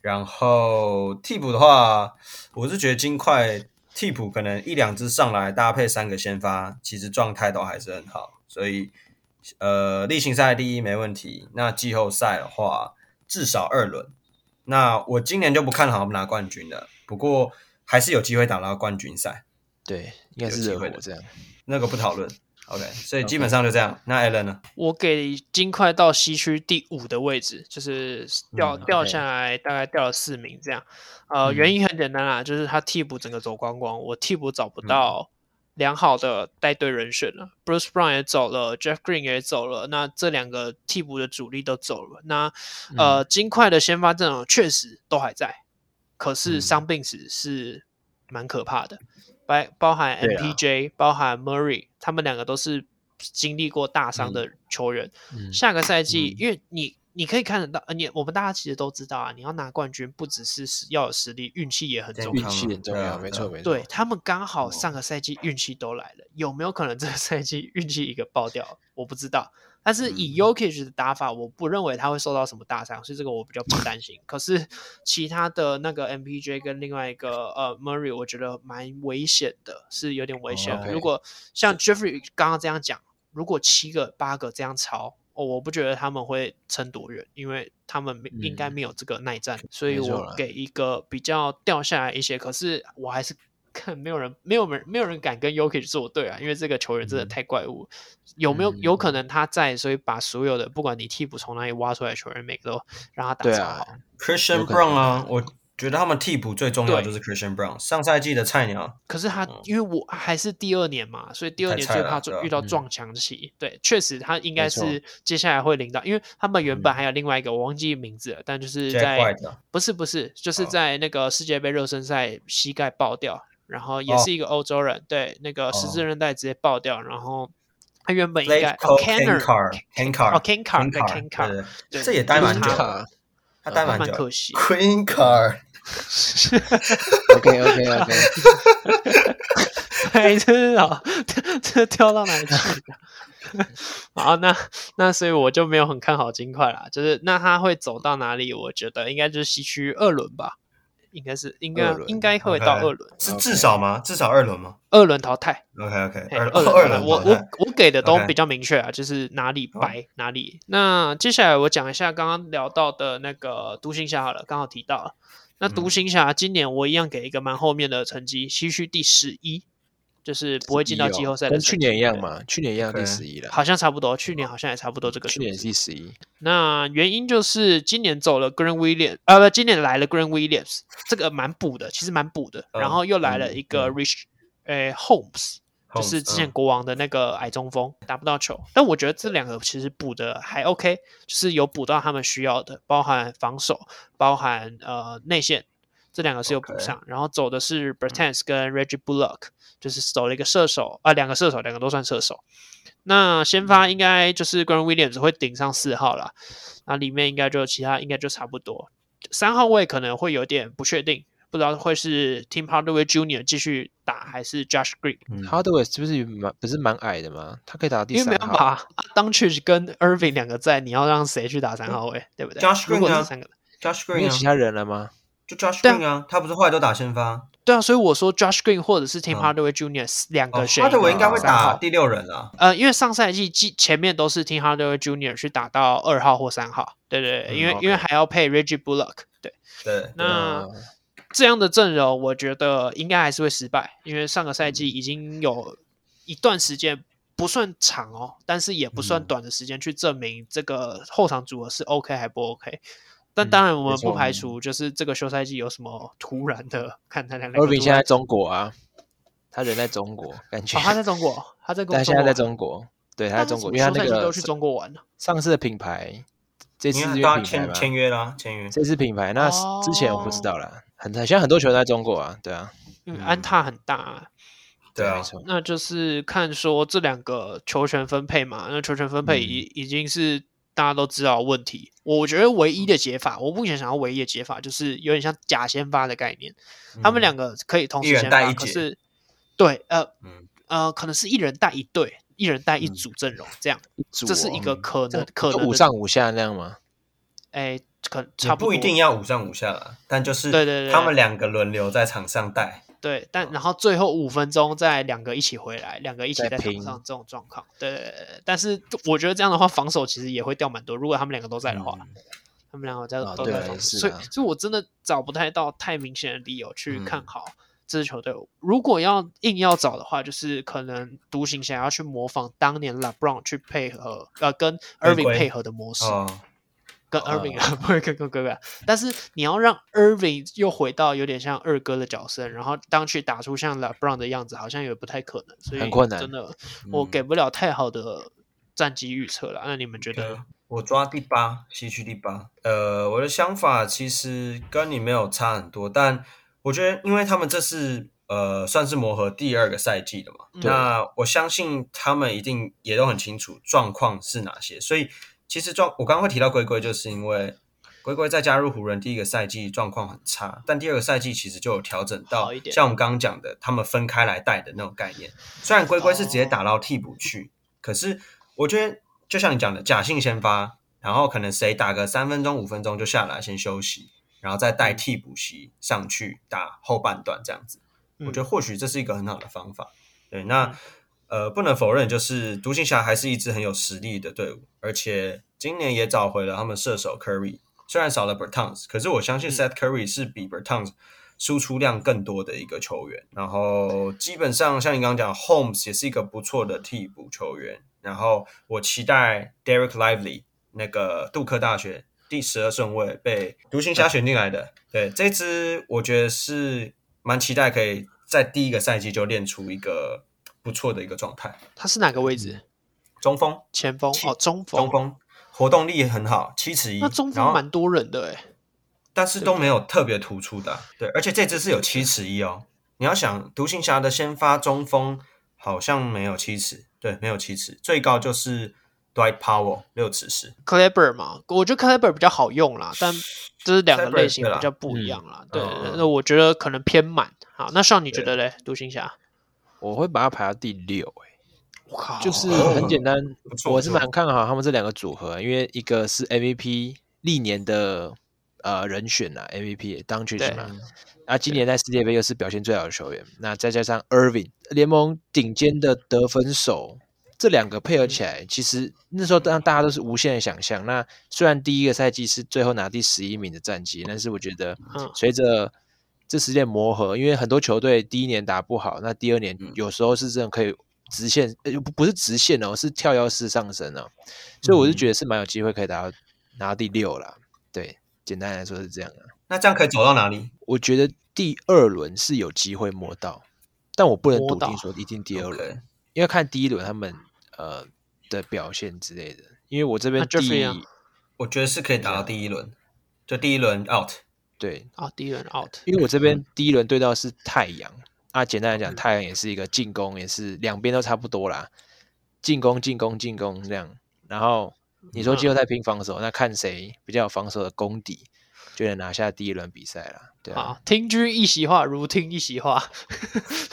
Speaker 3: 然后替补的话，我是觉得金块替补可能一两支上来搭配三个先发，其实状态都还是很好，所以呃，例行赛第一没问题。那季后赛的话，至少二轮。那我今年就不看好他们拿冠军了，不过还是有机会打到冠军赛。
Speaker 1: 对，应该
Speaker 3: 有
Speaker 1: 是
Speaker 3: 机
Speaker 1: 热
Speaker 3: 会
Speaker 1: 火
Speaker 3: 的
Speaker 1: 这样。
Speaker 3: 那个不讨论。OK，所以基本上就这样。那 Allen 呢？
Speaker 2: 我给金块到西区第五的位置，就是掉、
Speaker 3: 嗯，OK
Speaker 2: 掉下来，大概掉了四名这样。呃，
Speaker 3: 嗯
Speaker 2: 原因很简单啦，就是他替补整个走光光，我替补找
Speaker 3: 嗯
Speaker 2: 不到良好的带队人选了。Bruce Brown 也走了，Jeff Green 也走了，那这两个替补的主力都走了。那呃，
Speaker 3: 嗯
Speaker 2: 金块的先发阵容确实都还在，可是
Speaker 3: 嗯
Speaker 2: 伤病史是蛮可怕的。包包含
Speaker 1: 对啊
Speaker 2: MPJ，、包含 Murray，他们两个都是经历过大伤的球员。
Speaker 1: 嗯
Speaker 2: 下个赛季，
Speaker 3: 嗯
Speaker 2: 因为你你可以看得到，呃，你我们大家其实都知道啊，你要拿冠军不只是是要有实力，运气也很重
Speaker 3: 健
Speaker 1: 运
Speaker 2: 要。
Speaker 3: 康
Speaker 1: 气很重
Speaker 3: 对啊
Speaker 1: 要，没错没错。嗯
Speaker 2: 对他们刚好
Speaker 3: 哦
Speaker 2: 上个赛季运气都来了，有没有可能这个 赛季运气一个爆掉？我不知道。但是
Speaker 1: 嗯
Speaker 2: 以 Yokich 的打法，我不认为他会受到什么大伤，所以这个我比较不担心。可是其他的那个 MPJ 跟另外一个呃 Murray，我觉得蛮危险的，是有点危险的。
Speaker 1: 哦 OK
Speaker 2: 如果像 Jeffrey 刚刚这样讲，如果七个八个这样吵。哦，我不觉得他们会撑多远，因为他们没应该
Speaker 1: 嗯
Speaker 2: 没有这个耐战，所以
Speaker 1: 没错
Speaker 2: 我
Speaker 1: 啦
Speaker 2: 给一个比较掉下来一些，可是我还是看没有人，没有人，没有人敢跟 Yuki 作对啊，因为这个球员真的
Speaker 3: 嗯
Speaker 2: 太怪物。有没有、
Speaker 1: 嗯
Speaker 2: 有可能他在，所以把所有的不管你替补从哪里挖出来的球员，每个都让他打
Speaker 1: 对
Speaker 2: 超
Speaker 1: 啊
Speaker 2: 好。
Speaker 3: Christian
Speaker 1: 有可能
Speaker 3: Brown 啊，我觉得他们替补最重要
Speaker 2: 对
Speaker 3: 就是 Christian Brown，上赛季的菜鸟。
Speaker 2: 可是
Speaker 1: 嗯
Speaker 2: 他因为我还是第二年嘛，所以第二
Speaker 3: 太
Speaker 2: 年
Speaker 3: 菜
Speaker 2: 最
Speaker 3: 了
Speaker 2: 怕
Speaker 3: 对啊
Speaker 2: 遇到
Speaker 1: 嗯
Speaker 2: 撞墙期。对，确实他应该
Speaker 1: 没错
Speaker 2: 是接下来会领到，因为他们原本
Speaker 3: 嗯
Speaker 2: 还有另外一个我忘记名字了，但就是在
Speaker 3: Jack White 啊
Speaker 2: 不是不是，就是
Speaker 3: 哦
Speaker 2: 在那个世界杯热身赛膝盖爆掉，然后也
Speaker 3: 哦
Speaker 2: 是一个欧洲人，对，那个十字韧带直接爆掉，然后他原本应
Speaker 3: Blake
Speaker 2: 该哦
Speaker 3: Cole
Speaker 2: c a n n e r
Speaker 3: Kankar，Kankar，
Speaker 2: 哦 k a n c a r 对 k a n c a r
Speaker 3: 对
Speaker 2: 对
Speaker 3: 对，这也待蛮久
Speaker 2: 就是
Speaker 3: 的，
Speaker 1: 卡
Speaker 3: 他待
Speaker 2: 还
Speaker 3: 蛮
Speaker 2: 蛮
Speaker 3: 久
Speaker 2: 可
Speaker 3: 的。
Speaker 2: 惜。
Speaker 3: Queen Car，
Speaker 1: ，OK OK OK，
Speaker 2: 哎，真的哦，这跳到哪里去了？ 好，那那所以我就没有很看好金块啦，就是那他会走到哪里？我觉得应该就是西区二轮吧，应该是应
Speaker 1: 二
Speaker 2: 该
Speaker 1: 轮
Speaker 2: 应该会到
Speaker 3: OK
Speaker 2: 二轮，
Speaker 3: 是
Speaker 1: OK
Speaker 3: 至少吗？至少二轮吗
Speaker 2: 二轮淘汰。
Speaker 3: ？OK OK，
Speaker 2: 嘿
Speaker 3: 二
Speaker 2: 轮
Speaker 3: 二
Speaker 2: 淘汰
Speaker 3: 轮
Speaker 2: 我
Speaker 3: 淘汰
Speaker 2: 我我给的都
Speaker 3: OK
Speaker 2: 比较明确啊，就是哪里
Speaker 3: 好
Speaker 2: 白哪里。那接下来我讲一下刚刚聊到的那个独行侠好了，刚好提到了。那独
Speaker 3: 嗯
Speaker 2: 行侠今年我一样给一个蛮后面的成绩，西区第十一。就是不 会进到季后赛的
Speaker 1: 跟
Speaker 2: 成绩。
Speaker 1: 去年一样嘛，去年一样第
Speaker 3: OK
Speaker 1: 十一了，
Speaker 2: 好像差不多，去年好像也差不多这个数
Speaker 1: 去
Speaker 2: 字。
Speaker 1: 年是第十一，
Speaker 2: 那原因就是今年走了 Green Williams，呃，不，今年来了 Green Williams，这个蛮补的，其实蛮补的。
Speaker 3: 嗯
Speaker 2: 然后又来了一个
Speaker 3: 嗯
Speaker 2: Rich，呃，Holmes，就是之前国王的那个矮中锋，打不到球。但我觉得这两个其实补的还 OK，就是有补到他们需要的，包含防守，包含呃内线，这两个是有补
Speaker 3: OK
Speaker 2: 上。然后走的是 Bertans 跟 Reggie Bullock，就是走了一个射手啊、两个射手，两个都算射手。那先发应该就是 Grant Williams 会顶上四号啦，那里面应该就其他应该就差不多。三号位可能会有点不确定，不知道会是 Tim Hardaway Jr. 继续打还是 Josh Green，
Speaker 3: 嗯
Speaker 1: 哈德韦是不是蛮不是蛮矮的吗？他可以打到第
Speaker 2: 因为没
Speaker 1: 三
Speaker 2: 办
Speaker 1: 号，
Speaker 2: 法，当 c h 跟 Irving 两个在，你要让谁去打三号
Speaker 1: 嗯
Speaker 2: 位，对不对
Speaker 3: Josh
Speaker 2: 如果
Speaker 3: Green 啊
Speaker 2: 是三个，
Speaker 3: Josh
Speaker 1: 没
Speaker 3: Green
Speaker 1: 有其
Speaker 3: 啊，
Speaker 1: 他人了吗？
Speaker 3: 就 Josh
Speaker 2: 对啊
Speaker 3: Green 啊，他不是后来都打先发，
Speaker 2: 对啊，所以我说 Josh Green 或者是 Tim
Speaker 3: 嗯
Speaker 2: Hardaway Jr. 两
Speaker 3: 哦
Speaker 2: 个，选一
Speaker 3: 哈
Speaker 2: 个
Speaker 3: 德
Speaker 2: 三号，
Speaker 3: 维应该会打第六人啊。
Speaker 2: 呃，因为上赛季季前面都是 Tim Hardaway Jr. 去打到二号或三号，对对对，因为、
Speaker 1: 嗯，OK
Speaker 2: 因为还要配 Reggie Bullock，对，
Speaker 3: 对，
Speaker 2: 那
Speaker 1: 嗯
Speaker 2: 这样的阵容，我觉得应该还是会失败，因为上个赛
Speaker 1: 嗯
Speaker 2: 季已经有一段时间不算长哦，但是也不算
Speaker 3: 嗯
Speaker 2: 短的时间去证明这个后场组合是 OK 还不 OK。但
Speaker 3: 嗯
Speaker 2: 当然，我
Speaker 1: 没
Speaker 2: 们
Speaker 1: 错嗯
Speaker 2: 不排除就是这个休赛季有什么突然的，看他两个突
Speaker 1: i
Speaker 2: 然。
Speaker 1: r 现在在中国啊，他人在中国，感觉
Speaker 2: 哦，他在中国，他在跟
Speaker 1: 但
Speaker 2: 我
Speaker 1: 现在在
Speaker 2: 国
Speaker 1: 中国，对，他
Speaker 2: 玩，
Speaker 1: 在中国，因
Speaker 2: 那
Speaker 1: 为他那
Speaker 2: 他怎么休赛季
Speaker 1: 个
Speaker 2: 都去中国玩了。
Speaker 1: 上次的品牌，这次
Speaker 3: 因
Speaker 1: 是
Speaker 3: 为
Speaker 1: 因
Speaker 3: 他
Speaker 1: 为品牌
Speaker 3: 签
Speaker 1: 嘛，
Speaker 3: 签约啦，签约。
Speaker 1: 这次品牌，那
Speaker 2: 哦
Speaker 1: 之前我不知道啦，很很现在很多球都在中国啊，对啊，
Speaker 2: 嗯，
Speaker 3: 嗯
Speaker 2: 安踏很大、啊，
Speaker 3: 对啊
Speaker 1: 没，错，
Speaker 2: 那就是看说这两个球权分配嘛，那球权分
Speaker 3: 嗯
Speaker 2: 配已、已经是大家都知道的问题。我觉得唯一
Speaker 3: 嗯
Speaker 2: 的解法，我目前想要唯一的解法就是有点像假先发的概念，他
Speaker 3: 嗯
Speaker 2: 们两个可以同
Speaker 3: 一
Speaker 2: 时
Speaker 3: 人
Speaker 2: 先
Speaker 3: 带
Speaker 2: 发，
Speaker 3: 一
Speaker 2: 可
Speaker 3: 节
Speaker 2: 是对呃
Speaker 3: 嗯，
Speaker 2: 呃，可能是一人带一队，一人带一
Speaker 3: 嗯
Speaker 2: 组阵容这样，
Speaker 1: 一组
Speaker 2: 这是一
Speaker 1: 哦
Speaker 2: 个可
Speaker 1: 这
Speaker 2: 能可
Speaker 1: 就
Speaker 2: 能
Speaker 1: 五
Speaker 2: 的
Speaker 1: 上五下那样吗？
Speaker 2: 哎，可
Speaker 3: 也
Speaker 2: 差
Speaker 3: 不一
Speaker 2: 多
Speaker 3: 定要五上五下啦，但就是
Speaker 2: 对对对
Speaker 3: 他们两个轮流在场上带。
Speaker 2: 对，但然后最后五分钟再两个一起回来，两个一起
Speaker 1: 嗯再
Speaker 2: 在场
Speaker 1: 拼
Speaker 2: 上这种状况，对对对对。但是我觉得这样的话，防守其实也会掉蛮多。如果他们两个都在的话，他们两个在、
Speaker 1: 嗯啊
Speaker 2: 都
Speaker 1: 对
Speaker 2: 在
Speaker 1: 啊
Speaker 2: 防
Speaker 1: 也
Speaker 2: 守，
Speaker 1: 是
Speaker 2: 所以
Speaker 1: 啊
Speaker 2: 所以我真的找不太到太明显的理由去
Speaker 3: 嗯
Speaker 2: 看好这支球队。如果要硬要找的话，就是可能独行侠要去模仿当年 LeBron 去配合，呃，跟
Speaker 3: 回归
Speaker 2: Irving 配合的模式。
Speaker 3: 哦，
Speaker 2: 跟 Irving 啊， 不会跟跟哥哥啊。但是你要让 Irving 又回到有点像二哥的角色，然后当去打出像 LeBron 的样子，好像也不太可能，所以
Speaker 1: 很困难
Speaker 2: 真的，我
Speaker 3: 嗯
Speaker 2: 给不了太好的战绩预测了。那你们觉得？
Speaker 3: 我抓第八，西区第八。呃，我的想法其实跟你没有差很多，但我觉得，因为他们这是呃算是磨合第二个赛季的嘛，
Speaker 2: 嗯
Speaker 3: 那我相信他们一定也都很清楚状况是哪些。所以其实状，我刚刚会提到龟龟，就是因为龟龟在加入湖人第一个赛季状况很差，但第二个赛季其实就有调整到
Speaker 2: 好一，点
Speaker 3: 像我们刚刚讲的，他们分开来带的那种概念。虽然龟龟是直接
Speaker 2: 哦
Speaker 3: 打到替补去，可是我觉得就像你讲的，假性先发，然后可能谁打个三分钟、五分钟就下来先休息，然后再
Speaker 2: 嗯
Speaker 3: 带替补席上去打后半段这样子。
Speaker 2: 嗯
Speaker 3: 我觉得或许这是一个很好的方法。对，那呃，不能否认，就是独行侠还是一支很有实力的队伍，而且今年也找回了他们射手 Curry，虽然少了 Bertans，可是我相信
Speaker 2: 嗯
Speaker 3: Seth Curry 是比 Bertans 输出量更多的一个球员。然后基本上像你刚刚讲，Holmes 也是一个不错的替补球员。然后我期待 Derek Lively 那个杜克大学第十二顺位被独行侠选进来的。对，这支我觉得是蛮期待可以在第一个赛季就练出一个不错的一个状态。
Speaker 2: 他是哪个位置？
Speaker 3: 中锋，
Speaker 2: 前锋
Speaker 3: 七
Speaker 2: 哦，中锋。
Speaker 3: 中锋活动力很好，七尺一。
Speaker 2: 那中
Speaker 3: 然
Speaker 2: 锋
Speaker 3: 后
Speaker 2: 蛮多人的哎。
Speaker 3: 但是都没有特别突出的啊、对，而且这支是有七尺一哦。你要想，独行侠的先发中锋好像没有七尺，对，没有七尺，最高就是 Dwight Powell 六尺十。
Speaker 2: Clever 嘛，我觉得 Clever 比较好用啦，但这是两个
Speaker 3: Kleber，
Speaker 2: 类型
Speaker 3: 对啦
Speaker 2: 比较不一样啦。对，
Speaker 3: 嗯嗯嗯
Speaker 2: 那我觉得可能偏满。好，那上你觉得
Speaker 3: 对
Speaker 2: 嘞？独行侠，
Speaker 1: 我会把它排到第六、欸，
Speaker 2: 我靠，
Speaker 1: 就是
Speaker 3: 哦
Speaker 1: 很简单，
Speaker 3: 不错
Speaker 1: 我是
Speaker 3: 不错
Speaker 1: 蛮看好他们这两个组合，因为一个是 MVP 历年的呃人选啊，MVP 当去
Speaker 2: 对
Speaker 1: 嘛，啊，今年在世界杯又是表现最好的球员，那再加上 Irving 联盟顶尖的得分手，这两个
Speaker 2: 嗯
Speaker 1: 配合起来，其实那时候当大家都是无限的想象。那虽然第一个赛季是最后拿第十一名的战绩，但是我觉得
Speaker 2: 嗯
Speaker 1: 随着这时间磨合，因为很多球队第一年打不好，那第二年
Speaker 3: 嗯
Speaker 1: 有时候是真的可以直线，呃不不是直线哦，是跳跃式上升哦，所以我是
Speaker 2: 嗯
Speaker 1: 觉得是蛮有机会可以达到拿到第六啦。对，简单来说是这样啊。
Speaker 3: 那这样可以走到哪里？
Speaker 1: 我觉得第二轮是有机会摸到，但我不能
Speaker 2: 摸
Speaker 1: 笃
Speaker 2: 到
Speaker 1: 定说一定第二轮
Speaker 3: OK
Speaker 1: 因为看第一轮他们呃的表现之类的。因为我这边
Speaker 2: 那
Speaker 1: 第
Speaker 2: Jeffrey 啊
Speaker 3: 我觉得是可以打到第一轮，就第一轮 out。
Speaker 1: 对，
Speaker 2: 啊，第一轮 out，
Speaker 1: 因为我这
Speaker 2: 嗯
Speaker 1: 边第一轮对到是太阳啊，简单来讲，太阳也是一个进攻，也是两边都差不多啦，进攻进攻进攻这样。然后
Speaker 2: 嗯
Speaker 1: 你说季后赛拼防守，那看谁比较有防守的功底，就能拿下第一轮比赛啦。对啊，
Speaker 2: 好，听君一席话，如听一席 话。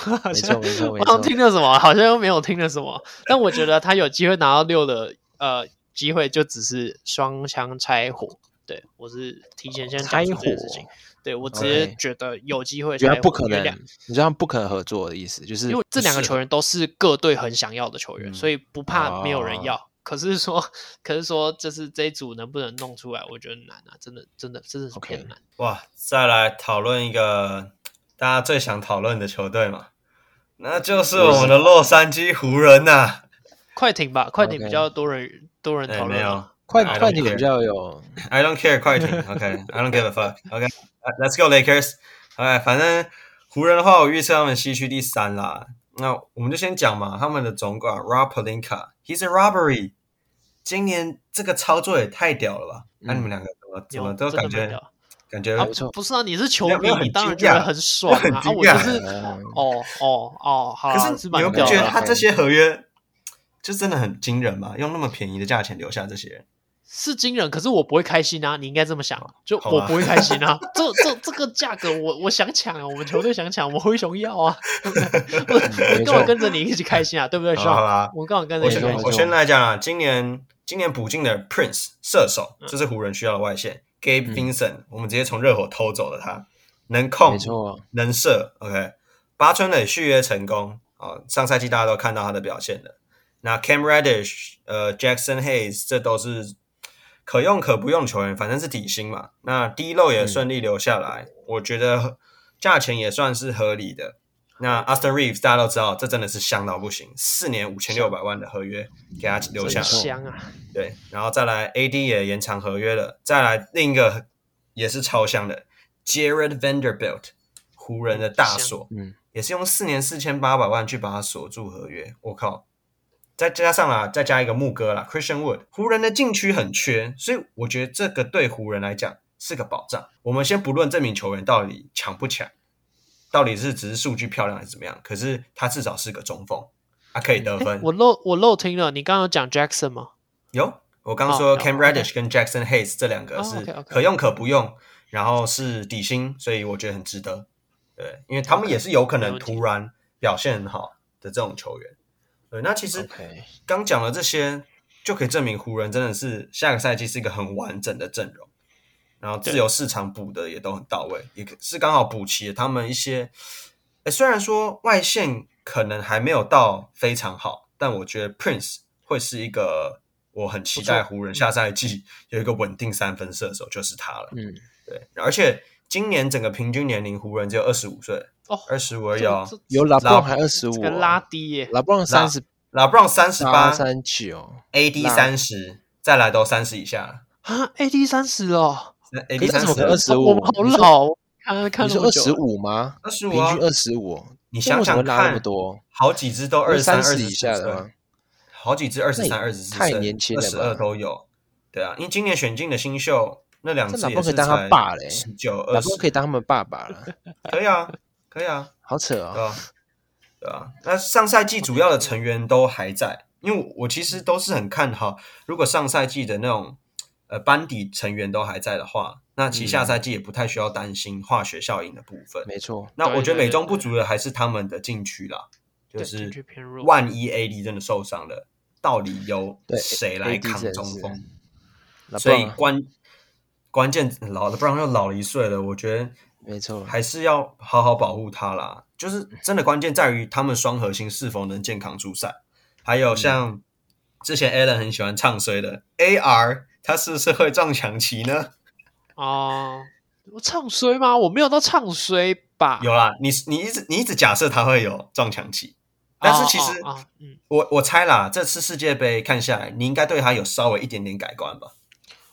Speaker 2: 没
Speaker 1: 没错没错没
Speaker 2: 我好像
Speaker 1: 错，
Speaker 2: 听了什么，好像又没有听了什么。但我觉得他有机会拿到六的，呃，机会就只是双枪拆火。对我是提前先讲
Speaker 1: 哦拆
Speaker 2: 出
Speaker 1: 火
Speaker 2: 这件事情，对我直接
Speaker 1: OK
Speaker 2: 觉得有机会拆
Speaker 1: 原
Speaker 2: 火。
Speaker 1: 来不可
Speaker 2: 因为
Speaker 1: 能
Speaker 2: 两，
Speaker 1: 你知道他们不可能合作的意思，就是
Speaker 2: 因为这两个
Speaker 3: 不是
Speaker 2: 球员都是各队很想要的球员，
Speaker 3: 嗯
Speaker 2: 所以不怕没有人
Speaker 1: 哦
Speaker 2: 要。可是说，可是说，就是这一组能不能弄出来，我觉得难啊，真的，真的，真的是
Speaker 1: OK
Speaker 2: 偏难。
Speaker 3: 哇，再来讨论一个大家最想讨论的球队嘛，那就是我们的洛杉矶湖人呐、
Speaker 2: 快艇吧，快艇
Speaker 1: OK
Speaker 2: 比较多人多人
Speaker 3: 哎
Speaker 2: 讨
Speaker 3: 没
Speaker 2: 论
Speaker 3: 有
Speaker 2: 啊。
Speaker 1: 快
Speaker 3: I don't
Speaker 1: 快艇
Speaker 3: care
Speaker 1: 比较有
Speaker 3: I don't care，快艇。OK，I、don't give a fuck。OK，Let's、go Lakers。哎，反正湖人的话，我预测他们西区第三啦。那我们就先讲嘛，他们的总管 Rob Pelinka，He's a robbery。今年这个操作也太屌了吧？那、
Speaker 1: 嗯
Speaker 3: 你们两个怎么怎么
Speaker 2: 有
Speaker 3: 都
Speaker 2: 真的
Speaker 3: 感
Speaker 2: 没
Speaker 3: 觉
Speaker 2: 有。
Speaker 3: 感觉
Speaker 2: 啊
Speaker 1: 没错，
Speaker 2: 不是啊，你是球
Speaker 3: 没有没
Speaker 2: 迷
Speaker 3: 有，很
Speaker 2: 你当然
Speaker 3: 惊
Speaker 2: 觉得
Speaker 3: 讶
Speaker 2: 很爽
Speaker 3: 很
Speaker 2: 啊！啊
Speaker 3: 惊
Speaker 2: 我就
Speaker 3: 讶嗯
Speaker 2: 是
Speaker 1: 呃
Speaker 2: 哦哦哦，好
Speaker 3: 可
Speaker 2: 啦，
Speaker 3: 是你
Speaker 2: 蛮
Speaker 3: 们不
Speaker 2: 屌
Speaker 3: 觉得
Speaker 2: 的啦，
Speaker 3: 他这些合约就真的很惊人吗？用那么便宜的价钱留下这些人，
Speaker 2: 是惊人，可是我不会开心啊！你应该这么想，就
Speaker 3: 好
Speaker 2: 我
Speaker 3: 吧
Speaker 2: 不会开心啊！这这这个价格我，我想抢啊，我们球队想抢，我们灰熊要啊，对不 对？我
Speaker 1: 没错
Speaker 2: 我干嘛跟着你一起开心啊？对不对，
Speaker 3: 嗯好
Speaker 2: 兄
Speaker 3: 吧好？吧？
Speaker 2: 我干嘛跟着
Speaker 3: 我
Speaker 2: 你一
Speaker 3: 先
Speaker 2: 起开
Speaker 1: 没
Speaker 2: 心
Speaker 1: 错
Speaker 3: 我？先来讲啊，今年今年补进的 Prince 射手，这是湖人需要的外线。Gabe
Speaker 1: 嗯
Speaker 3: Vincent，、我们直接从热火偷走了他，能控
Speaker 1: 没，错，
Speaker 3: 能射，OK。八村垒续约成功哦，上赛季大家都看到他的表现了。那 Cam Reddish、呃 Jackson Hayes 这都是可用可不用球员，反正是底薪嘛。那 D 漏也顺利留下来，我觉得价钱也算是合理的。那 Austin Reeves 大家都知道，这真的是香到不行，四年五千六百万的合约给他留下
Speaker 2: 真
Speaker 3: 来，
Speaker 2: 香啊！
Speaker 3: 对，然后再来 AD 也延长合约了，再来另一个也是超香的 Jared Vanderbilt，湖人的大锁，
Speaker 1: 嗯，
Speaker 3: 也是用四年四千八百万去把它锁住合约，我靠！再加上啦，再加一个牧哥啦，Christian Wood，湖人的禁区很缺，所以我觉得这个对湖人来讲是个保障。我们先不论这名球员到底强不强，到底是只是数据漂亮还是怎么样，可是他至少是个中锋，他可以得
Speaker 2: 诶
Speaker 3: 分。
Speaker 2: 我漏我漏听了，你刚刚有讲 Jackson 吗？
Speaker 3: 有，我刚
Speaker 2: 哦
Speaker 3: 说
Speaker 2: 有
Speaker 3: Cam Reddish 跟 Jackson Hayes 这两个
Speaker 2: 哦
Speaker 3: 是
Speaker 2: OK，OK
Speaker 3: 可用可不用，然后是底薪，所以我觉得很值得。对，因为他们
Speaker 2: OK，
Speaker 3: 也是有可
Speaker 2: 没
Speaker 3: 能
Speaker 2: 问题
Speaker 3: 突然表现很好的这种球员。对，那其实
Speaker 1: OK
Speaker 3: 刚讲了这些，就可以证明湖人真的是下个赛季是一个很完整的阵容，然后自由市场补的也都很到位，也是刚好补齐了他们一些。诶虽然说外线可能还没有到非常好，但我觉得 Prince 会是一个我很期待湖人下赛季有一个稳定三分射手，就是他了。
Speaker 1: 嗯，
Speaker 3: 对，而且今年整个平均年龄湖人只有二十五岁，
Speaker 2: 哦，
Speaker 3: 二十五而已哦
Speaker 2: 这。这
Speaker 1: 有拉布朗还二十五
Speaker 2: 这，个
Speaker 3: 啊
Speaker 2: 拉低耶，
Speaker 1: 拉布朗三十啊
Speaker 3: 拉布朗三十八
Speaker 1: 三九，
Speaker 3: ，AD 三十，再来都三十以下了。
Speaker 2: 啊，AD 三十哦，
Speaker 3: 那
Speaker 1: 可
Speaker 3: AD
Speaker 1: 是
Speaker 3: 三
Speaker 1: 为什么可能
Speaker 3: 十，
Speaker 1: 25
Speaker 2: 我们好
Speaker 1: 你说
Speaker 2: 老哦，看看
Speaker 1: 你
Speaker 2: 那
Speaker 1: 说
Speaker 2: 么
Speaker 1: 二
Speaker 2: 久
Speaker 1: 十
Speaker 2: 了，
Speaker 1: 五吗？
Speaker 3: 二十
Speaker 1: 平
Speaker 3: 五啊
Speaker 1: 均，二十五，
Speaker 3: 你想想
Speaker 1: 那为什么拉那么
Speaker 3: 看，
Speaker 1: 多，
Speaker 3: 好几支都二十
Speaker 1: 三
Speaker 3: 三、二
Speaker 1: 以下的吗？
Speaker 3: 好几支二十三、二十四，
Speaker 1: 太年轻了吧
Speaker 3: 二十二都有。对啊，因为今年选进的新秀那两
Speaker 1: 这
Speaker 3: 支
Speaker 1: 老
Speaker 3: 也
Speaker 1: 公可
Speaker 3: 是
Speaker 1: 以当他爸嘞
Speaker 3: 十九、
Speaker 1: 老
Speaker 3: 二十
Speaker 1: 公，可以当他们爸爸了，
Speaker 3: 可以啊，可以啊。
Speaker 1: 好扯哦。
Speaker 3: 对啊，对啊。那上赛季主要的成员都还在，因为我我其实都是很看好，如果上赛季的那种呃班底成员都还在的话，那其
Speaker 1: 嗯
Speaker 3: 实下赛季也不太需要担心化学效应的部分。
Speaker 1: 没错，
Speaker 3: 那我觉得
Speaker 2: 对对
Speaker 3: 美中不足的还是他们的禁区啦，就
Speaker 2: 对禁区
Speaker 3: 是
Speaker 2: 偏弱
Speaker 3: 万一 AD 真的受伤了，到底由
Speaker 1: 对
Speaker 3: 谁来
Speaker 1: AD
Speaker 3: 扛
Speaker 1: 真
Speaker 3: 中
Speaker 1: 是
Speaker 3: 锋？
Speaker 1: 拉布
Speaker 3: 所以
Speaker 1: 朗啊，
Speaker 3: 关关键老了，不然又老了一岁了。我觉得
Speaker 1: 没错，
Speaker 3: 还是要好好保护他啦。就是真的关键在于他们双核心是否能健康出赛，还有
Speaker 1: 嗯
Speaker 3: 像之前 Alan 很喜欢唱衰的 AR，他是不是会撞墙期呢？
Speaker 2: 哦，我唱衰吗？我没有到唱衰吧？
Speaker 3: 有啦，你你一直你一直假设他会有撞墙期，但是其实
Speaker 2: 啊，哦嗯，
Speaker 3: 我我猜啦，这次世界杯看下来，你应该对他有稍微一点点改观吧？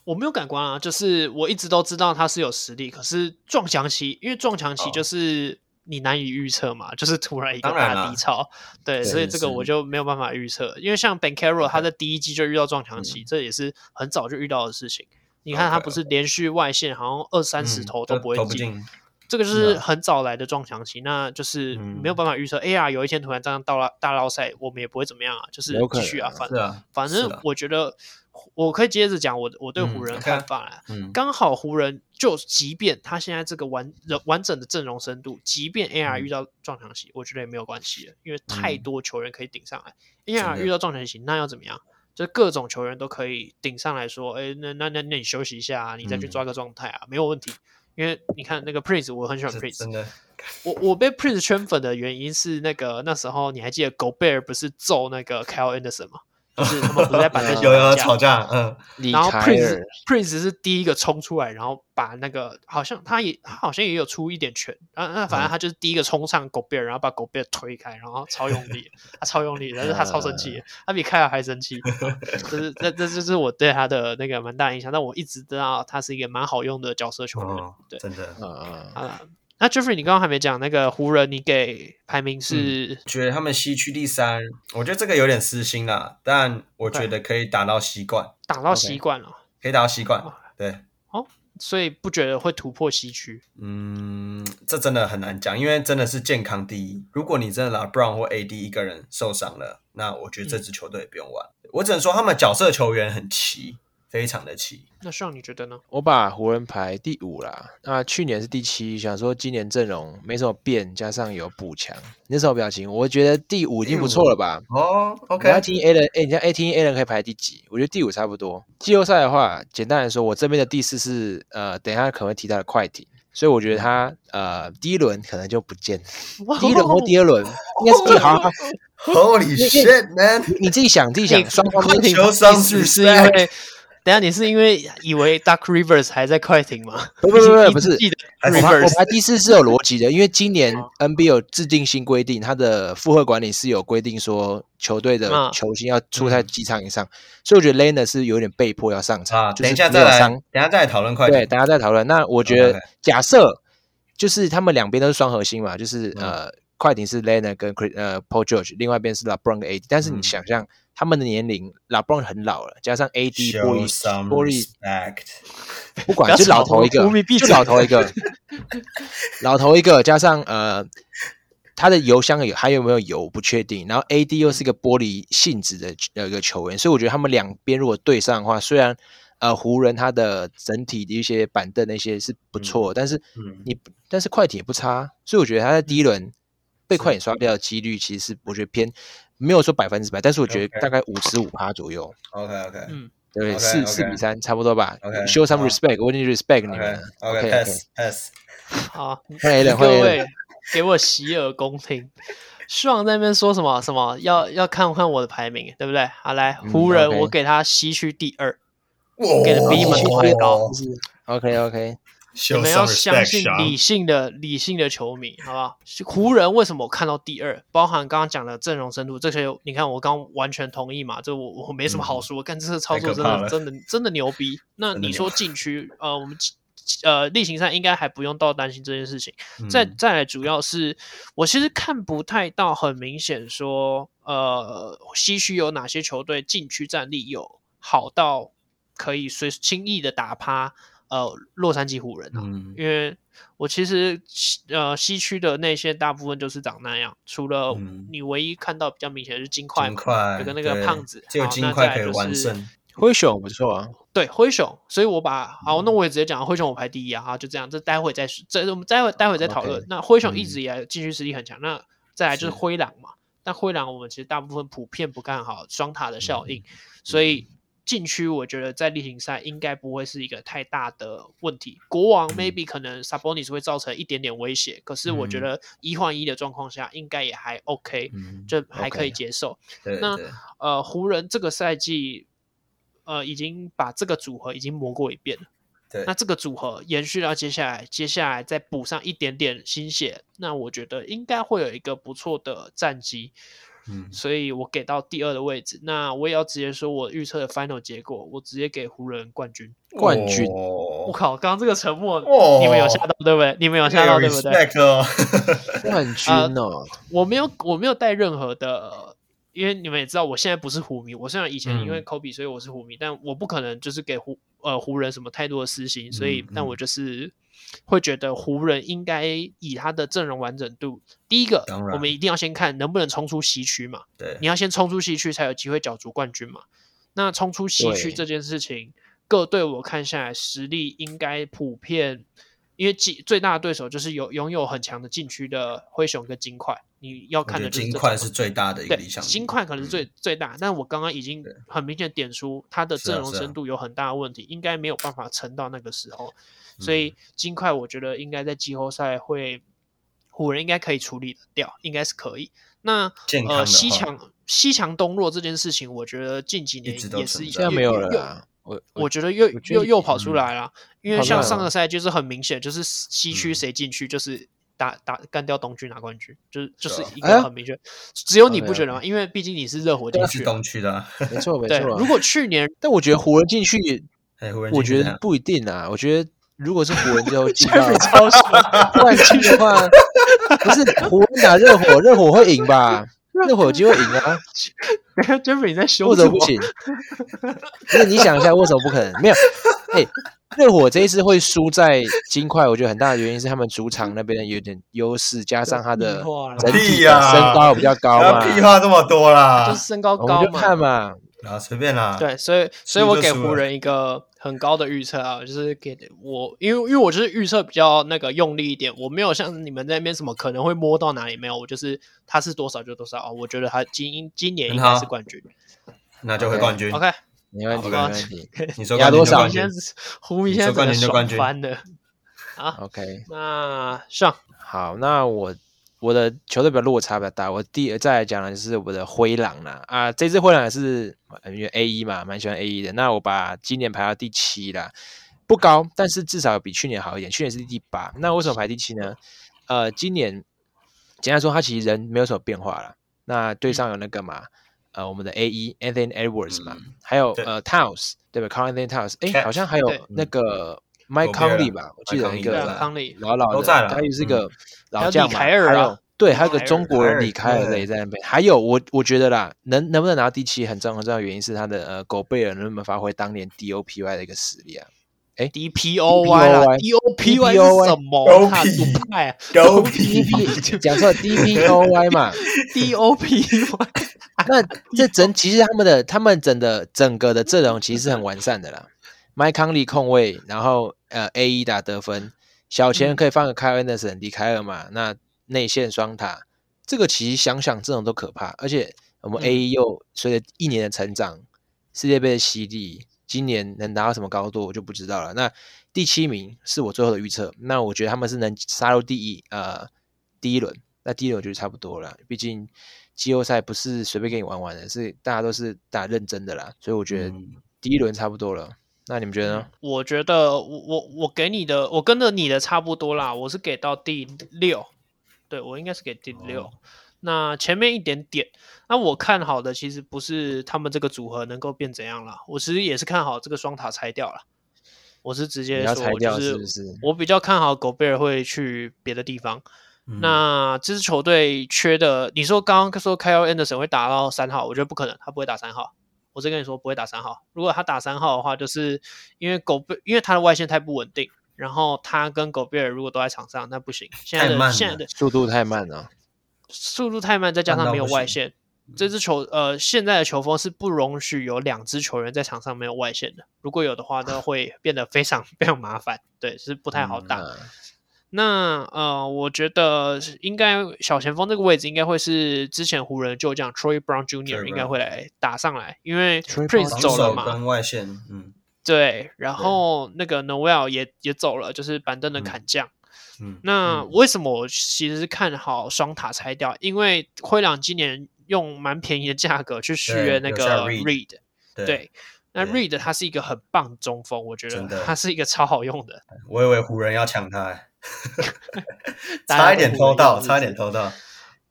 Speaker 2: 我没有感官啊，就是我一直都知道他是有实力，可是撞墙期，因为撞墙期
Speaker 3: 哦
Speaker 2: 就是你难以预测嘛，就是突然一个
Speaker 3: 当然
Speaker 2: 大
Speaker 3: 啦
Speaker 2: 低潮，对，
Speaker 3: 对
Speaker 2: 所以这个
Speaker 3: 是
Speaker 2: 我就没有办法预测。因为像 Ben Carroll 他在第一季就遇到撞
Speaker 1: 嗯
Speaker 2: 墙期，这也是很早就遇到的事情。你看他
Speaker 3: OK，OK
Speaker 2: 不是连续外线好像二三十
Speaker 3: 哦嗯
Speaker 2: 投
Speaker 3: 都
Speaker 2: 都不会
Speaker 3: 投不
Speaker 2: 进，
Speaker 3: 进，
Speaker 2: 这个就是
Speaker 3: 是啊
Speaker 2: 很早来的撞墙期，那就是
Speaker 3: 嗯
Speaker 2: 没有办法预测。哎呀，有一天突然这样到了大捞赛，我们也不会怎么样啊，就是
Speaker 1: 有可
Speaker 2: 继
Speaker 1: 能
Speaker 2: 续啊，反
Speaker 3: 是啊，
Speaker 2: 反
Speaker 3: 是
Speaker 2: 正
Speaker 3: 啊
Speaker 2: 我觉得我可以接着讲我我对
Speaker 3: 嗯
Speaker 2: 湖人的
Speaker 3: OK
Speaker 2: 看法啦。
Speaker 3: 嗯，
Speaker 2: 刚好湖人就即便他现在这个完人完整的阵容深度，即便 AR
Speaker 3: 嗯
Speaker 2: 遇到撞墙期，我觉得也没有关系了，因为太
Speaker 3: 嗯
Speaker 2: 多球员可以顶上来。
Speaker 3: 真
Speaker 2: AR
Speaker 3: 的
Speaker 2: 遇到撞墙期，那要怎么样？就各种球员都可以顶上来说，哎，那那那那你休息一下、啊，你再去
Speaker 3: 嗯
Speaker 2: 抓个状态啊，没有问题。因为你看那个 Prince，我很喜欢
Speaker 3: 这
Speaker 2: Prince，
Speaker 3: 真的
Speaker 2: 我我被 Prince 圈粉的原因是那个那时候你还记得狗贝尔不是揍那个 Kyle Anderson 吗？就是他们不是在板凳上
Speaker 3: 有有
Speaker 2: 架
Speaker 3: 吵架，嗯，
Speaker 1: 李
Speaker 2: 然后
Speaker 1: 凯
Speaker 2: Prince
Speaker 1: 尔
Speaker 2: Prince 是第一个冲出来，然后把那个好像他也他好像也有出一点拳，啊那反
Speaker 1: 嗯
Speaker 2: 正他就是第一个冲上狗贝尔，然后把狗贝尔推开，然后超用力，他超用力，但是他超生
Speaker 1: 啊
Speaker 2: 气，他比凯尔还生 气，就是这这就是我对他的那个蛮大的影响，但我一直知道他是一个蛮好用的角色球员，
Speaker 3: 哦，
Speaker 2: 对
Speaker 3: 真的，
Speaker 1: 嗯嗯，
Speaker 2: 好了，那 Jeffrey 你刚刚还没讲那个湖人，你给排名是、
Speaker 1: 嗯
Speaker 3: 觉得他们西区第三，我觉得这个有点私心啦，但我觉得可以打到西冠，
Speaker 2: 打到习惯了，
Speaker 3: 可以打到西冠，对。
Speaker 2: 所以不觉得会突破西区。
Speaker 3: 嗯，这真的很难讲，因为真的是健康第一。如果你真的 LeBron 或 AD 一个人受伤了，那我觉得这支球队也不用玩。我只能说他们角色球员很齐，非常的齐。
Speaker 2: 那上你觉得呢？
Speaker 1: 我把湖人排第五啦，那去年是第七，想说今年阵容没什么变，加上有补强，那时候表情，我觉得第五已经不错了吧。
Speaker 3: 哦
Speaker 1: 你要
Speaker 3: ，OK，
Speaker 1: 听 A 人，哎，你像 A 听 A 人可以排第几？我觉得第五差不多。季后赛的话，简单来说，我这边的第四是呃，等一下可能会提到的快艇，所以我觉得他呃第一轮可能就不见，第一轮或第二 轮应该是最好。好
Speaker 3: ，Holy shit man！
Speaker 1: 你你自己想，自己想，双方
Speaker 3: 快
Speaker 1: 都
Speaker 3: 艇球商
Speaker 2: 是不是因
Speaker 3: respect
Speaker 2: 为？等一下你是因为以为 Duck Rivers 还在快艇吗？
Speaker 1: 不不不
Speaker 2: 你
Speaker 1: 不
Speaker 2: 你
Speaker 1: 不是
Speaker 2: 记得
Speaker 3: 还
Speaker 1: 我
Speaker 3: 是
Speaker 1: 排我
Speaker 2: Rivers
Speaker 1: 排第四是有逻辑的，因为今年
Speaker 3: 哦
Speaker 1: NBA 有制定新规定，它的负荷管理是有规定说球队的
Speaker 2: 嗯
Speaker 1: 球星要出赛几场以上，所以我觉得 Lena 是有点被迫要上场，
Speaker 3: 啊，
Speaker 1: 就是
Speaker 3: 等一下
Speaker 1: 没
Speaker 3: 再
Speaker 1: 有
Speaker 3: 来，
Speaker 1: 伤
Speaker 3: 等一下再来讨论快
Speaker 1: 对，
Speaker 3: 艇。
Speaker 1: 大家再讨论。那我觉得
Speaker 3: OK
Speaker 1: 假设就是他们两边都是双核心嘛，就是、
Speaker 3: 嗯
Speaker 1: 呃，快艇是 l e n a 跟 Chris 呃 Paul George，另外一边是 LeBron 跟 AD。但是你
Speaker 3: 嗯
Speaker 1: 想象他们的年龄，LeBron 很老了，加上 AD 波
Speaker 3: Show
Speaker 1: 利
Speaker 3: some
Speaker 1: 波利
Speaker 3: respect。
Speaker 1: 不
Speaker 2: 不
Speaker 1: 管
Speaker 2: 要
Speaker 1: 就老
Speaker 2: 吵
Speaker 1: 头一个
Speaker 2: 胡明，闭
Speaker 1: 就
Speaker 2: 嘴
Speaker 1: 老头一个，老头一个加上呃，他的油箱有还有没有油不确定，然后 AD 又是一个玻璃性质的呃一个球员，所以我觉得他们两边如果对上的话，虽然呃湖人他的整体的一些板凳那些是不错，但是
Speaker 3: 嗯，
Speaker 1: 你但是快艇也不差，啊所以我觉得他在第一轮被快艇刷掉的几率其实是我觉得偏没有说百分之百，但是我觉得
Speaker 3: OK
Speaker 1: 大概五十五趴左右。
Speaker 3: OK OK
Speaker 2: 嗯
Speaker 1: 对，
Speaker 3: OK，
Speaker 1: 四四
Speaker 3: OK
Speaker 1: 比三差不多吧。
Speaker 3: OK，
Speaker 1: Show some
Speaker 3: 好
Speaker 1: respect，我已经 respect 你
Speaker 3: OK
Speaker 1: 们了。
Speaker 3: OK
Speaker 1: OK，OK
Speaker 3: pass pass。
Speaker 2: 啊，
Speaker 1: 欢迎 Alan，欢
Speaker 2: 各
Speaker 1: 迎 Alan
Speaker 2: 位给我洗耳恭听。爽在那边说什么什么要要看看我的排名，对不对？好，来
Speaker 1: 嗯
Speaker 2: 湖人，
Speaker 1: OK 哦
Speaker 2: 我给他西区第二，
Speaker 3: 我
Speaker 2: 给的比你们都还高
Speaker 1: 就是 OK OK，
Speaker 2: 你
Speaker 3: 哦 Show
Speaker 2: 们要
Speaker 3: some
Speaker 2: 相
Speaker 3: respect，
Speaker 2: 信
Speaker 3: 小
Speaker 2: 理性的理性的球迷，好不好？湖人为什么我看到第二？包含刚刚讲的阵容深度，这些你看我刚完全同意嘛，这我我没什么好说，干这次操作真
Speaker 3: 嗯太可怕
Speaker 2: 的
Speaker 3: 了
Speaker 2: 真的真的牛 逼。那
Speaker 3: 真
Speaker 2: 你
Speaker 3: 的牛
Speaker 2: 说禁区，呃，我们呃例行赛应该还不用到担心这件事情。
Speaker 3: 嗯
Speaker 2: 再再来，主要是我其实看不太到很明显说，呃，西区有哪些球队禁区战力有好到可以随轻易的打趴呃洛杉矶湖人啊。
Speaker 3: 嗯
Speaker 2: 因为我其实西呃西区的那些大部分就是长那样，除了
Speaker 3: 嗯
Speaker 2: 你唯一看到比较明显的是金块
Speaker 3: 金
Speaker 2: 嘛，
Speaker 3: 块
Speaker 2: 有个那个
Speaker 3: 对
Speaker 2: 胖子
Speaker 3: 只有
Speaker 2: 好
Speaker 3: 金
Speaker 2: 那
Speaker 3: 块
Speaker 2: 再来
Speaker 3: 可以
Speaker 2: 就
Speaker 3: 完
Speaker 2: 是
Speaker 3: 胜。
Speaker 1: 灰熊不错啊。
Speaker 2: 对灰熊，所以我把好，那我也直接讲灰熊我排第一啊，好就这样，这待会再说这我们待会待会再讨论
Speaker 1: OK，。
Speaker 2: 那灰熊一
Speaker 3: 嗯
Speaker 2: 直以来禁区实力很强，那再来就是
Speaker 3: 是
Speaker 2: 灰狼嘛，但灰狼我们其实大部分普遍不看好双塔的效应，所以禁区我觉得在例行赛应该不会是一个太大的问题。国王 maybe 可能 Sabonis 会造成一点点威胁，可是我觉
Speaker 3: 嗯
Speaker 2: 得一换一的状况下应该也还 OK，
Speaker 3: 嗯，
Speaker 2: 就还可
Speaker 1: OK
Speaker 2: 以接受。
Speaker 3: 对
Speaker 2: 那
Speaker 3: 对
Speaker 2: 呃，湖人这个赛季呃已经把这个组合已经磨过一遍了，
Speaker 3: 对
Speaker 2: 那这个组合延续到接下来，接下来再补上一点点新血，那我觉得应该会有一个不错的战绩。
Speaker 3: 嗯，
Speaker 2: 所以我给到第二的位置。那我也要直接说，我预测的 final 结果，我直接给湖人冠军。
Speaker 1: 冠军
Speaker 2: 我
Speaker 3: 哦
Speaker 2: 靠，刚刚这个沉默，
Speaker 3: 哦
Speaker 2: 你们有吓到对不对？你们有吓到对不对？
Speaker 3: respect 哦
Speaker 1: 冠军哦，
Speaker 2: 我没有，我没有带任何的，因为你们也知道，我现在不是湖迷。我虽然以前因为
Speaker 3: 嗯
Speaker 2: Kobe，所以我是湖迷，但我不可能就是给湖呃湖人什么太多的私心，所以
Speaker 3: 嗯，
Speaker 2: 但
Speaker 3: 嗯
Speaker 2: 我就是会觉得湖人应该以他的阵容完整度，第一个
Speaker 3: 当，然
Speaker 2: 我们一定要先看能不能冲出西区嘛。
Speaker 3: 对
Speaker 2: 你，要先冲出西区才有机会角逐冠军嘛。那冲出西区
Speaker 1: 对
Speaker 2: 这件事情，各队我看下来实力应该普遍，因为竞最大的对手就是有拥有很强的禁区的灰熊跟金块，你要
Speaker 3: 我觉
Speaker 2: 看
Speaker 3: 得
Speaker 2: 的就是
Speaker 3: 金
Speaker 2: 这
Speaker 3: 块
Speaker 2: 种
Speaker 3: 是最大的一个
Speaker 2: 对
Speaker 3: 理想，
Speaker 2: 金块可能是最、最大，但我刚刚已经
Speaker 3: 对
Speaker 2: 很明显地点出它的
Speaker 3: 是啊
Speaker 2: 阵容
Speaker 3: 是啊
Speaker 2: 深度有很大的问题，应该没有办法撑到那个时候，所
Speaker 3: 嗯
Speaker 2: 以金块我觉得应该在季后赛会湖人应该可以处理得掉，应该是可以。那
Speaker 3: 健康的
Speaker 2: 呃
Speaker 3: 话
Speaker 2: 西强西强东弱这件事情，我觉得近几年
Speaker 3: 一直都
Speaker 2: 也是
Speaker 3: 存在
Speaker 1: 现在没有了
Speaker 2: 又
Speaker 1: 啦。我
Speaker 2: 我觉得又
Speaker 1: 我觉得嗯
Speaker 2: 又又跑出来了，因为
Speaker 1: 跑出
Speaker 2: 像
Speaker 1: 来
Speaker 2: 上
Speaker 1: 了
Speaker 2: 个赛季就是很明显，就是西区
Speaker 3: 嗯
Speaker 2: 谁进去就是打打干掉东区拿冠军，就是就是
Speaker 3: 是啊
Speaker 2: 一
Speaker 1: 哎
Speaker 2: 个很明确。只有
Speaker 3: 啊
Speaker 2: 你
Speaker 3: 对
Speaker 2: 不
Speaker 3: 啊
Speaker 2: 觉得吗？因为毕竟你是热火进
Speaker 3: 都
Speaker 2: 去
Speaker 3: 是
Speaker 2: 的，
Speaker 3: 东区的啊，
Speaker 1: 没错没
Speaker 2: 对。
Speaker 1: 错
Speaker 2: 如
Speaker 1: 啊。
Speaker 2: 果去年
Speaker 1: 但我觉得湖人进去，
Speaker 3: 哎，湖人
Speaker 1: 我
Speaker 3: 进去
Speaker 1: 觉
Speaker 3: 怎
Speaker 1: 得
Speaker 3: 样
Speaker 1: 不一定啊。我觉得如果是湖人最后进到
Speaker 2: Jeffrey 超爽，
Speaker 1: 冠军的话， 不是湖人打热火，热火会赢吧？热火有机会赢啊，
Speaker 2: 等一下 Jeffrey 你在修
Speaker 1: 为什
Speaker 2: 什
Speaker 1: 么不
Speaker 2: 么？
Speaker 1: 行？不是你想一下，为什么不可能？没有，哎、热火这一次会输在金块，我觉得很大的原因是他们主场那边有点优势，加上他的
Speaker 2: 屁话啦
Speaker 1: 整体
Speaker 3: 屁
Speaker 1: 的
Speaker 3: 呀
Speaker 1: 身高比较高嘛
Speaker 3: 啊，屁话这么多啦
Speaker 2: 就是，身高
Speaker 1: 我
Speaker 2: 高
Speaker 1: 们就
Speaker 2: 嘛，
Speaker 1: 看嘛。
Speaker 3: 啊，随便啦，
Speaker 2: 对，所以所以
Speaker 3: 输
Speaker 2: 我
Speaker 3: 就
Speaker 2: 给
Speaker 3: 输
Speaker 2: 湖
Speaker 3: 了
Speaker 2: 人一个很高的预测啊，就是给我，因为因为我就是预测比较那个用力一点，我没有像你们在那边什么可能会摸到哪里没有，我就是他是多少就多少啊、我觉得他今应今年
Speaker 3: 很
Speaker 2: 应该是
Speaker 3: 好
Speaker 2: 冠军。
Speaker 3: 那就会冠军。
Speaker 2: OK，
Speaker 1: 没问题，没
Speaker 2: 好吧
Speaker 1: 问题。
Speaker 3: 你说
Speaker 1: 压
Speaker 3: 冠
Speaker 1: 多
Speaker 3: 军就
Speaker 1: 少
Speaker 2: 我
Speaker 3: 冠军
Speaker 2: 现在是湖迷现在
Speaker 3: 说
Speaker 2: 整
Speaker 3: 冠
Speaker 2: 个
Speaker 3: 军就
Speaker 2: 爽
Speaker 3: 冠军
Speaker 2: 翻了啊！
Speaker 1: OK，
Speaker 2: 那上
Speaker 1: 好，那我我的球队比较落差比较大。我第再来讲的就是我的灰狼啦啊，这支灰狼也是呃因为 A 一嘛，蛮喜欢 A 一的。那我把今年排到第七啦，不高，但是至少比去年好一点。去年是第八，那为什么排第七呢？呃，今年简单说，他其实人没有什么变化啦。那对上有那个嘛，呃，我们的 A 一 Anthony Edwards 嘛，还有
Speaker 3: 对
Speaker 1: 呃 Towns 对吧 c o l i n Anthony Towns，哎，
Speaker 3: Cat，
Speaker 1: 好像还有
Speaker 2: 对
Speaker 1: 那个 Mike Conley 吧，我记得
Speaker 3: Mike
Speaker 1: 一
Speaker 2: 对
Speaker 1: 个
Speaker 2: 啊，康利
Speaker 1: 老老的
Speaker 3: 都在了
Speaker 1: 他也是个老
Speaker 2: 还有
Speaker 1: 将
Speaker 2: 李
Speaker 1: 嘛，
Speaker 2: 凯尔啊
Speaker 1: 还有对，
Speaker 2: 李
Speaker 1: 还有个
Speaker 2: 凯尔
Speaker 1: 中国人
Speaker 3: 凯尔
Speaker 1: 李凯尔
Speaker 3: 对
Speaker 1: 也在那边。还有我我觉得啦，能能不能拿到第七很重要，很重要的原因是他的呃狗贝尔能不能发挥当年 DOPY 的一个实力啊？
Speaker 2: DPOY 啦
Speaker 1: DPOY
Speaker 2: ，DOPY 是什么？他
Speaker 3: DOPY
Speaker 2: 主派啊
Speaker 3: 狗
Speaker 1: D
Speaker 3: 屁
Speaker 1: P 讲错 D P O Y 嘛，
Speaker 2: ，DOPY
Speaker 1: 那这整其实他们的他们整的整个的阵容其实是很完善的啦。麦康利控卫，然后呃 A 一打得分，小前可以放个凯恩的神迪凯尔嘛，那内线双塔，这个其实想想这种都可怕，而且我们
Speaker 2: 嗯
Speaker 1: A 一又随着一年的成长，世界杯的洗礼，今年能达到什么高度我就不知道了。那第七名是我最后的预测，那我觉得他们是能杀入第一呃第一轮，那第一轮我觉得差不多了，毕竟季后赛不是随便给你玩玩的，是大家都是打认真的啦，所以我觉得
Speaker 3: 嗯
Speaker 1: 第一轮差不多了。那你们觉得呢？
Speaker 2: 我觉得我我我给你的，我跟着你的差不多啦，我是给到第六，对我应该是给第六。
Speaker 1: 哦
Speaker 2: 那前面一点点，那我看好的其实不是他们这个组合能够变怎样啦，我其实也是看好这个双塔拆掉了。我是直接
Speaker 1: 你
Speaker 2: 说，
Speaker 1: 要裁
Speaker 2: 我
Speaker 1: 掉
Speaker 2: 就是
Speaker 1: 不是？
Speaker 2: 我比较看好狗贝尔会去别的地方。
Speaker 3: 嗯
Speaker 2: 那这支球队缺的，你说刚刚说 Kyle Anderson 会打到三号，我觉得不可能，他不会打三号。我是跟你说不会打三号。如果他打三号的话，就是因为狗贝，因为他的外线太不稳定，然后他跟狗贝尔如果都在场上，那不行。现在
Speaker 3: 太慢
Speaker 2: 的
Speaker 3: 了
Speaker 2: 现在的
Speaker 1: 速度太慢了，
Speaker 2: 速度太慢，再加上
Speaker 3: 慢到
Speaker 2: 没有
Speaker 3: 不
Speaker 2: 外
Speaker 3: 行嗯
Speaker 2: 线，这支球呃现在的球风是不容许有两支球员在场上没有外线的。如果有的话，那会变得非常 非常麻烦，对，是不太好打。
Speaker 1: 嗯
Speaker 2: 那呃，我觉得是应该小前锋这个位置应该会是之前湖人就将 Troy Brown Jr.
Speaker 3: Troy
Speaker 2: 应该
Speaker 3: Brown
Speaker 2: 会来打上来，因为
Speaker 1: Troy Brown
Speaker 2: Prince
Speaker 3: 防
Speaker 2: 走了
Speaker 3: 守
Speaker 2: 嘛，
Speaker 3: 跟外线，嗯
Speaker 2: 对，然后那个 Noel 也也走了，就是板凳的
Speaker 3: 嗯
Speaker 2: 砍将。
Speaker 3: 嗯，
Speaker 2: 那
Speaker 3: 嗯
Speaker 2: 为什么我其实是看好双塔拆掉？因为灰狼今年用蛮便宜的价格去续约那
Speaker 3: 对留
Speaker 2: 个
Speaker 3: 下 Reed
Speaker 2: Reed，
Speaker 3: 对
Speaker 2: 对。那
Speaker 3: 对
Speaker 2: Reed 他是一个很棒中锋，我觉得
Speaker 3: 真的
Speaker 2: 他是一个超好用的。
Speaker 3: 我以为湖人要抢他、 欸，
Speaker 2: 大家
Speaker 3: 差一
Speaker 2: 都
Speaker 3: 点
Speaker 2: 湖
Speaker 3: 偷
Speaker 2: 人
Speaker 3: 到，
Speaker 2: 用
Speaker 3: 差一
Speaker 2: 是
Speaker 3: 点偷到。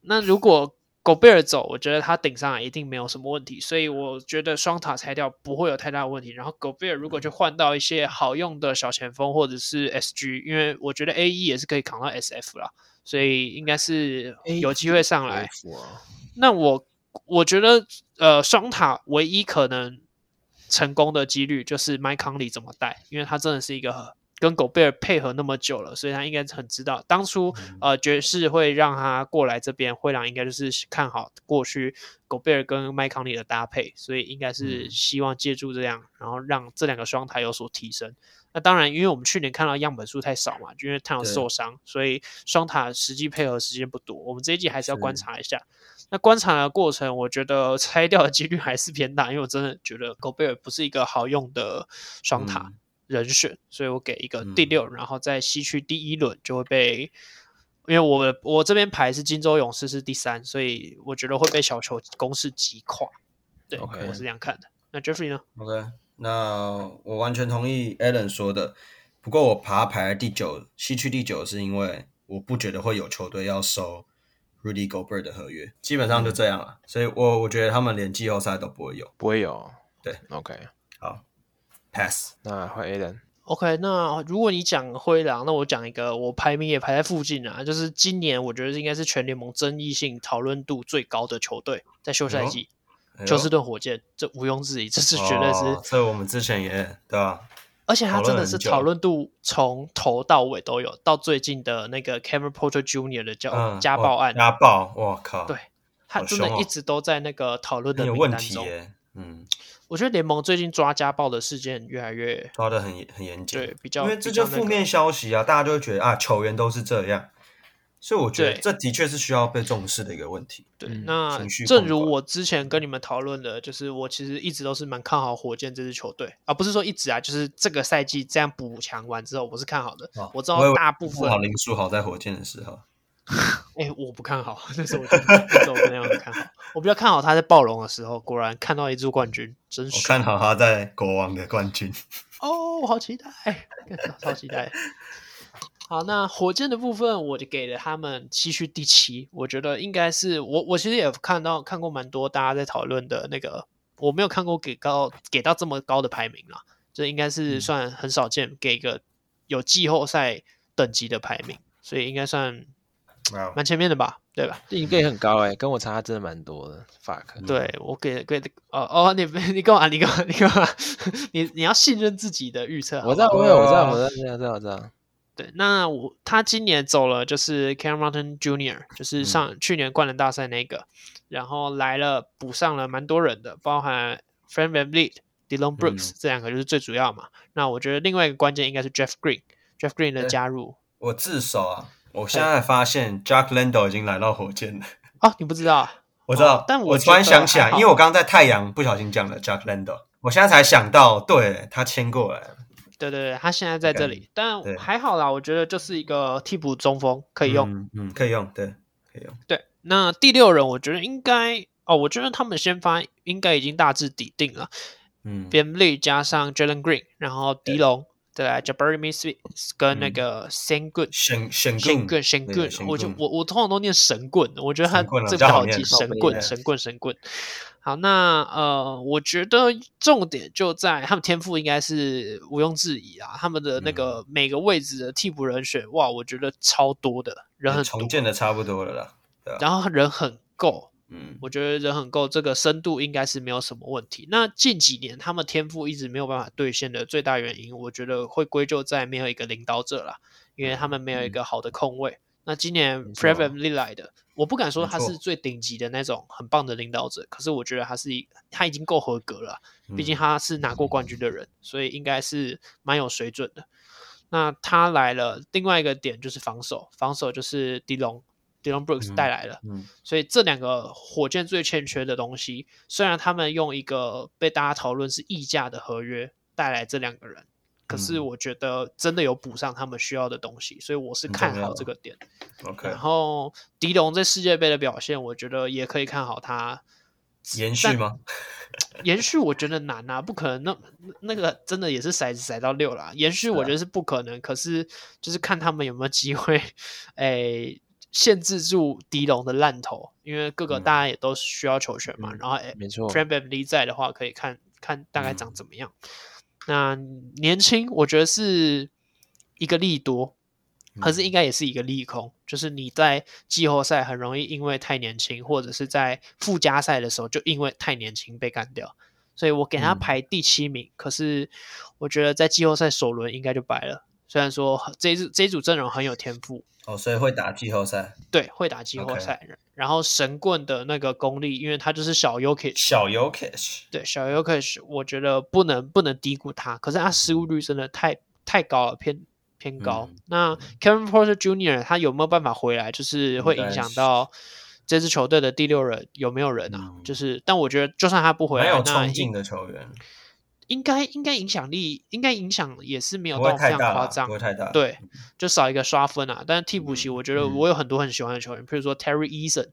Speaker 2: 那如果狗贝尔走，我觉得他顶上来一定没有什么问题，所以我觉得双塔拆掉不会有太大的问题。然后狗贝尔如果就换到一些好用的小前锋或者是 SG，因为我觉得 A E 也是可以扛到 SF 啦，所以应该是
Speaker 1: 哎
Speaker 2: 有机会上来。
Speaker 1: 哦
Speaker 2: 那我我觉得呃，双塔唯一可能成功的几率就是麦康利怎么带，因为他真的是一个跟狗贝尔配合那么久了，所以他应该很知道当初
Speaker 3: 嗯
Speaker 2: 呃爵士会让他过来这边，灰狼应该就是看好过去狗贝尔跟麦康利的搭配，所以应该是
Speaker 3: 嗯
Speaker 2: 希望借助这样，然后让这两个双塔有所提升。那当然，因为我们去年看到样本数太少嘛，就因为太阳
Speaker 3: 对
Speaker 2: 受伤，所以双塔实际配合时间不多。我们这一季还是要观
Speaker 3: 是
Speaker 2: 察一下。那观察的过程，我觉得拆掉的几率还是偏大，因为我真的觉得狗贝尔不是一个好用的双
Speaker 3: 嗯
Speaker 2: 塔人选，所以我给一个第六，然后在西区第一轮就会被，因为我我这边排是金州勇士是第三，所以我觉得会被小球攻势击垮。对
Speaker 1: OK
Speaker 2: 我是这样看的。那 Jeffrey 呢？
Speaker 3: OK，那我完全同意 Alan 说的。不过我爬排第九，西区第九，是因为我不觉得会有球队要收 Rudy Gobert 的合约，基本上
Speaker 2: 嗯
Speaker 3: 就这样了。所以我我觉得他们连季后赛都不会有。
Speaker 1: 不会有。
Speaker 3: 对
Speaker 1: ，OK，
Speaker 3: 好，pass。
Speaker 1: 那换 A 人
Speaker 2: OK，那如果你讲灰狼，那我讲一个，我排名也排在附近啊，就是今年我觉得应该是全联盟争议性、讨论度最高的球队，在休赛
Speaker 3: 哟
Speaker 2: 季，
Speaker 3: 哎呦
Speaker 2: 休斯顿火箭，这毋庸置疑，这是绝对是，
Speaker 3: 哦这我们之前也对吧？
Speaker 2: 而且他
Speaker 3: 讨论
Speaker 2: 真的
Speaker 3: 很
Speaker 2: 是
Speaker 3: 久
Speaker 2: 讨论度从头到尾都有，到最近的那个 Cameron Porter Jr. 的叫、
Speaker 3: 嗯，
Speaker 2: 家暴
Speaker 3: 哦
Speaker 2: 案，
Speaker 3: 家暴，我靠，
Speaker 2: 对，他
Speaker 3: 好
Speaker 2: 真
Speaker 3: 凶
Speaker 2: 的
Speaker 3: 哦
Speaker 2: 一直都在那个讨论的
Speaker 3: 很有
Speaker 2: 名
Speaker 3: 问
Speaker 2: 单
Speaker 3: 题
Speaker 2: 中。
Speaker 3: 耶。嗯，
Speaker 2: 我觉得联盟最近抓家暴的事件越来越
Speaker 3: 抓的很很严谨。
Speaker 2: 对比较，
Speaker 3: 因为这
Speaker 2: 比
Speaker 3: 就
Speaker 2: 较那
Speaker 3: 负
Speaker 2: 个
Speaker 3: 面消息啊，大家就会觉得啊，球员都是这样，所以我觉得
Speaker 2: 对
Speaker 3: 这的确是需要被重视的一个问题。
Speaker 2: 对，
Speaker 1: 嗯
Speaker 2: 那
Speaker 3: 情绪
Speaker 2: 正
Speaker 3: 控
Speaker 2: 如
Speaker 3: 管
Speaker 2: 我之前跟你们讨论的，就是我其实一直都是蛮看好火箭这支球队啊，不是说一直啊，就是这个赛季这样补强完之后，我是看好的。
Speaker 3: 哦
Speaker 2: 我知
Speaker 3: 我以
Speaker 2: 道
Speaker 3: 为
Speaker 2: 大部
Speaker 3: 不
Speaker 2: 分，
Speaker 3: 好林书豪在火箭的时候，
Speaker 2: 哎、我不看好， 那时候我就那时候我没有很看好，我比较看好他在暴龙的时候，果然看到一支冠军，真
Speaker 3: 我
Speaker 2: 爽
Speaker 3: 看好他在国王的冠军。
Speaker 2: 哦，我好期待，干超期待。好，那火箭的部分我就给了他们西区第七，我觉得应该是我我其实也看到看过蛮多大家在讨论的那个，我没有看过给高给到这么高的排名啦，这应该
Speaker 3: 嗯
Speaker 2: 是算很少见给一个有季后赛等级的排名，所以应该算
Speaker 3: 哇
Speaker 2: 蛮前面的吧，对吧？
Speaker 1: 你给很高哎、跟我差真的蛮多的。Fuck，
Speaker 2: 对我给给哦哦，你 你干嘛？你干嘛？你干嘛？ 你你要信任自己的预测好不好，
Speaker 1: 我知道，我
Speaker 3: 对
Speaker 1: 有，我知道，
Speaker 3: 啊
Speaker 1: 我知道，我
Speaker 2: 哦
Speaker 1: 知道，我知道我知道。
Speaker 2: 对，那我他今年走了，就是 Cameron Junior，就是上、去年灌篮大赛那个，然后来了补上了蛮多人的，包含 f r a n Van Vliet、Dylan Brooks、这两个就是最主要嘛。那我觉得另外一个关键应该是 Jeff Green，Jeff Green 的
Speaker 3: 对
Speaker 2: 加入。
Speaker 3: 我自首啊！我现在发现 Jack Lando 已经来到火箭了。
Speaker 2: 哦，你不知道啊？
Speaker 3: 我知道，
Speaker 2: 但我
Speaker 3: 我突然
Speaker 2: 觉得
Speaker 3: 想起来
Speaker 2: 还，好
Speaker 3: 因为我刚刚在太阳不小心讲了 Jack Lando，我现在才想到，对他签过来了，
Speaker 2: 对对对，他现在在这里，但
Speaker 3: 对
Speaker 2: 还好啦，我觉得就是一个替补中锋可以用。
Speaker 3: 嗯，嗯，可以用，对，可以用。
Speaker 2: 对，那第六人我觉得应该哦，我觉得他们先发应该已经大致底定了。
Speaker 3: 嗯，
Speaker 2: b a m l y 加上 Jalen Green，然后迪龙，再来 Jabari Smith 跟那
Speaker 3: 嗯
Speaker 2: 个 Sen Gun。
Speaker 3: 选选
Speaker 2: 神
Speaker 3: 棍
Speaker 2: 棍，神
Speaker 3: 对
Speaker 2: 棍
Speaker 3: 神，
Speaker 2: 我就
Speaker 3: 棍
Speaker 2: 我我通常都念神棍，我觉得他
Speaker 3: 神棍啊
Speaker 2: 这
Speaker 3: 比较
Speaker 2: 比较
Speaker 3: 好
Speaker 2: 好记，
Speaker 3: 念
Speaker 2: 神
Speaker 1: 靠
Speaker 2: 棍，
Speaker 1: 背
Speaker 2: 神棍，神棍。好，那呃，我觉得重点就在他们天赋应该是毋庸置疑啊，他们的那
Speaker 3: 嗯
Speaker 2: 个每个位置的替补人选，哇，我觉得超多的人很多
Speaker 3: 重，建的差不多了啦。
Speaker 2: 然后人很够，
Speaker 3: 嗯，
Speaker 2: 我觉得人很够，这个深度应该是没有什么问题。那近几年他们天赋一直没有办法兑现的最大原因，我觉得会归咎在没有一个领导者啦，因为他们没
Speaker 3: 嗯
Speaker 2: 有一个好的控卫。那今年
Speaker 1: 没
Speaker 2: f
Speaker 1: 错
Speaker 2: r e v a n 利来的，我不敢说
Speaker 3: 没
Speaker 2: 他
Speaker 3: 错
Speaker 2: 是最顶级的那种很棒的领导者，可是我觉得他是一他已经够合格了啊，毕
Speaker 3: 嗯
Speaker 2: 竟他是拿过冠军的人，所以应该是蛮有水准的。那他来了，另外一个点就是防守，防守就是迪龙，迪龙 Brooks
Speaker 3: 嗯
Speaker 2: 带来了。
Speaker 3: 嗯，
Speaker 2: 所以这两个火箭最欠缺的东西，虽然他们用一个被大家讨论是溢价的合约带来这两个人，可是
Speaker 3: 嗯
Speaker 2: 我觉得真的有补上他们需要的东西，所以我是
Speaker 3: 很
Speaker 2: 看
Speaker 3: 重要
Speaker 2: 好
Speaker 3: 啊
Speaker 2: 这个点。
Speaker 3: 嗯，OK，
Speaker 2: 然后迪龙在世界杯的表现，我觉得也可以看好他
Speaker 3: 延续吗？
Speaker 2: 延续我觉得难啊，不可能那那个真的也是骰子骰到六啦。延续我觉得是不可能，可是就是看他们有没有机会，诶、限制住迪龙的烂头，因为各个
Speaker 3: 嗯
Speaker 2: 大家也都需要球权嘛。然后哎诶、
Speaker 1: 没错
Speaker 2: f r a n b a m Lee 在的话，可以看看大概长怎么样。那年轻，我觉得是一个利多，可
Speaker 3: 嗯
Speaker 2: 是应该也是一个利空，就是你在季后赛很容易因为太年轻，或者是在附加赛的时候就因为太年轻被干掉。所以我给他
Speaker 3: 嗯
Speaker 2: 排第七名，可是我觉得在季后赛首轮应该就白了。虽然说这一组这一组阵容很有天赋，
Speaker 3: 哦，所以会打季后赛。
Speaker 2: 对，会打季后
Speaker 3: OK
Speaker 2: 赛然后神棍的那个功力，因为他就是小 u k i
Speaker 3: 小 u k i s
Speaker 2: 对，小 u k 我觉得不能不能低估他，可是他失误率真的太太高了，偏偏高。
Speaker 3: 嗯
Speaker 2: 那 Kevin Porter Jr. 他有没有办法回来，就是会
Speaker 3: 应该
Speaker 2: 影响
Speaker 3: 是
Speaker 2: 到这支球队的第六人有没有人啊？
Speaker 3: 嗯
Speaker 2: 就是，但我觉得就算他不回
Speaker 3: 蛮
Speaker 2: 来，
Speaker 3: 有
Speaker 2: 啊那
Speaker 3: 冲
Speaker 2: 应
Speaker 3: 劲的球员，
Speaker 2: 应该应该影响力应该影响也是没有
Speaker 3: 不
Speaker 2: 到
Speaker 3: 会
Speaker 2: 非
Speaker 3: 太
Speaker 2: 常
Speaker 3: 大
Speaker 2: 夸
Speaker 3: 啦，
Speaker 2: 张
Speaker 3: 不，会太大。，
Speaker 2: 对，就少一个刷分啊。但是替补席，
Speaker 3: 嗯
Speaker 2: 我觉得
Speaker 1: 嗯
Speaker 2: 我有很多很喜欢的球员，譬如说 Terry Eason，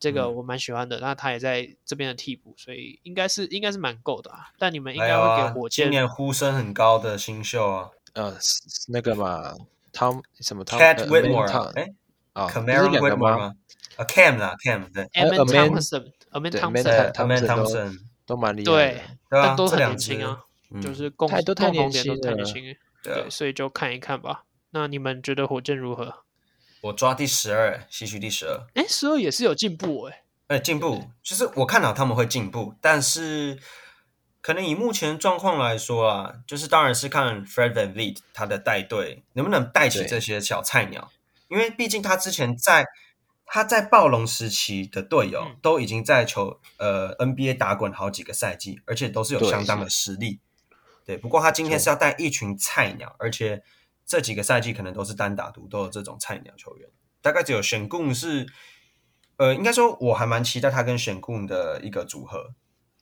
Speaker 2: 这个
Speaker 3: 嗯
Speaker 2: 我蛮喜欢的。那他也在这边的替补，所以应该是应该是蛮够的啊。但你们应
Speaker 3: 还
Speaker 2: 该
Speaker 3: 有
Speaker 2: 会
Speaker 3: 啊
Speaker 2: 给火，
Speaker 3: 今
Speaker 2: 箭，
Speaker 3: 年呼声很高的新秀啊
Speaker 1: 呃，是是那个嘛，Tom 什么 Tom
Speaker 3: ，Cat
Speaker 1: 呃
Speaker 3: Whitmore，
Speaker 1: Tom-
Speaker 3: 哎
Speaker 1: 啊，不是
Speaker 3: ，Camaro
Speaker 1: 两个吗？
Speaker 3: Whitmore 吗？啊，Cam 啦，Cam 对，
Speaker 1: 呃
Speaker 2: Amen
Speaker 1: Amen-
Speaker 2: Thompson、Amen
Speaker 1: 对
Speaker 2: Thompson，
Speaker 1: Amen Thompson
Speaker 3: 对，Aman
Speaker 1: 都
Speaker 3: Thompson，
Speaker 1: 都蛮厉害
Speaker 2: 对
Speaker 1: 的。，
Speaker 3: 对啊
Speaker 2: 但，都
Speaker 3: 这
Speaker 2: 很
Speaker 3: 两
Speaker 2: 年
Speaker 3: 支
Speaker 2: 轻啊，
Speaker 3: 嗯
Speaker 2: 就是共
Speaker 1: 太都太
Speaker 2: 共同
Speaker 1: 年
Speaker 2: 点
Speaker 1: 轻
Speaker 2: 都太年
Speaker 1: 了
Speaker 2: 轻了，
Speaker 3: 对啊，
Speaker 2: 所以就看一看吧。那你们觉得火箭如何？
Speaker 3: 我抓第十二，西区第十二，
Speaker 2: 哎，十二也是有进步哎、
Speaker 3: 哎，进步，就是我看到他们会进步，但是可能以目前状况来说啊，就是当然是看 Fred Van Vliet 他的带队能不能带起
Speaker 1: 对
Speaker 3: 这些小菜鸟，因为毕竟他之前在他在暴龙时期的队友
Speaker 2: 嗯
Speaker 3: 都已经在球呃 NBA 打滚好几个赛季，而且都是有
Speaker 1: 对
Speaker 3: 相当的实力。对，不过他今天是要带一群菜鸟，而且这几个赛季可能都是单打独斗的这种菜鸟球员，大概只有选贡是，呃，应该说我还蛮期待他跟选贡的一个组合，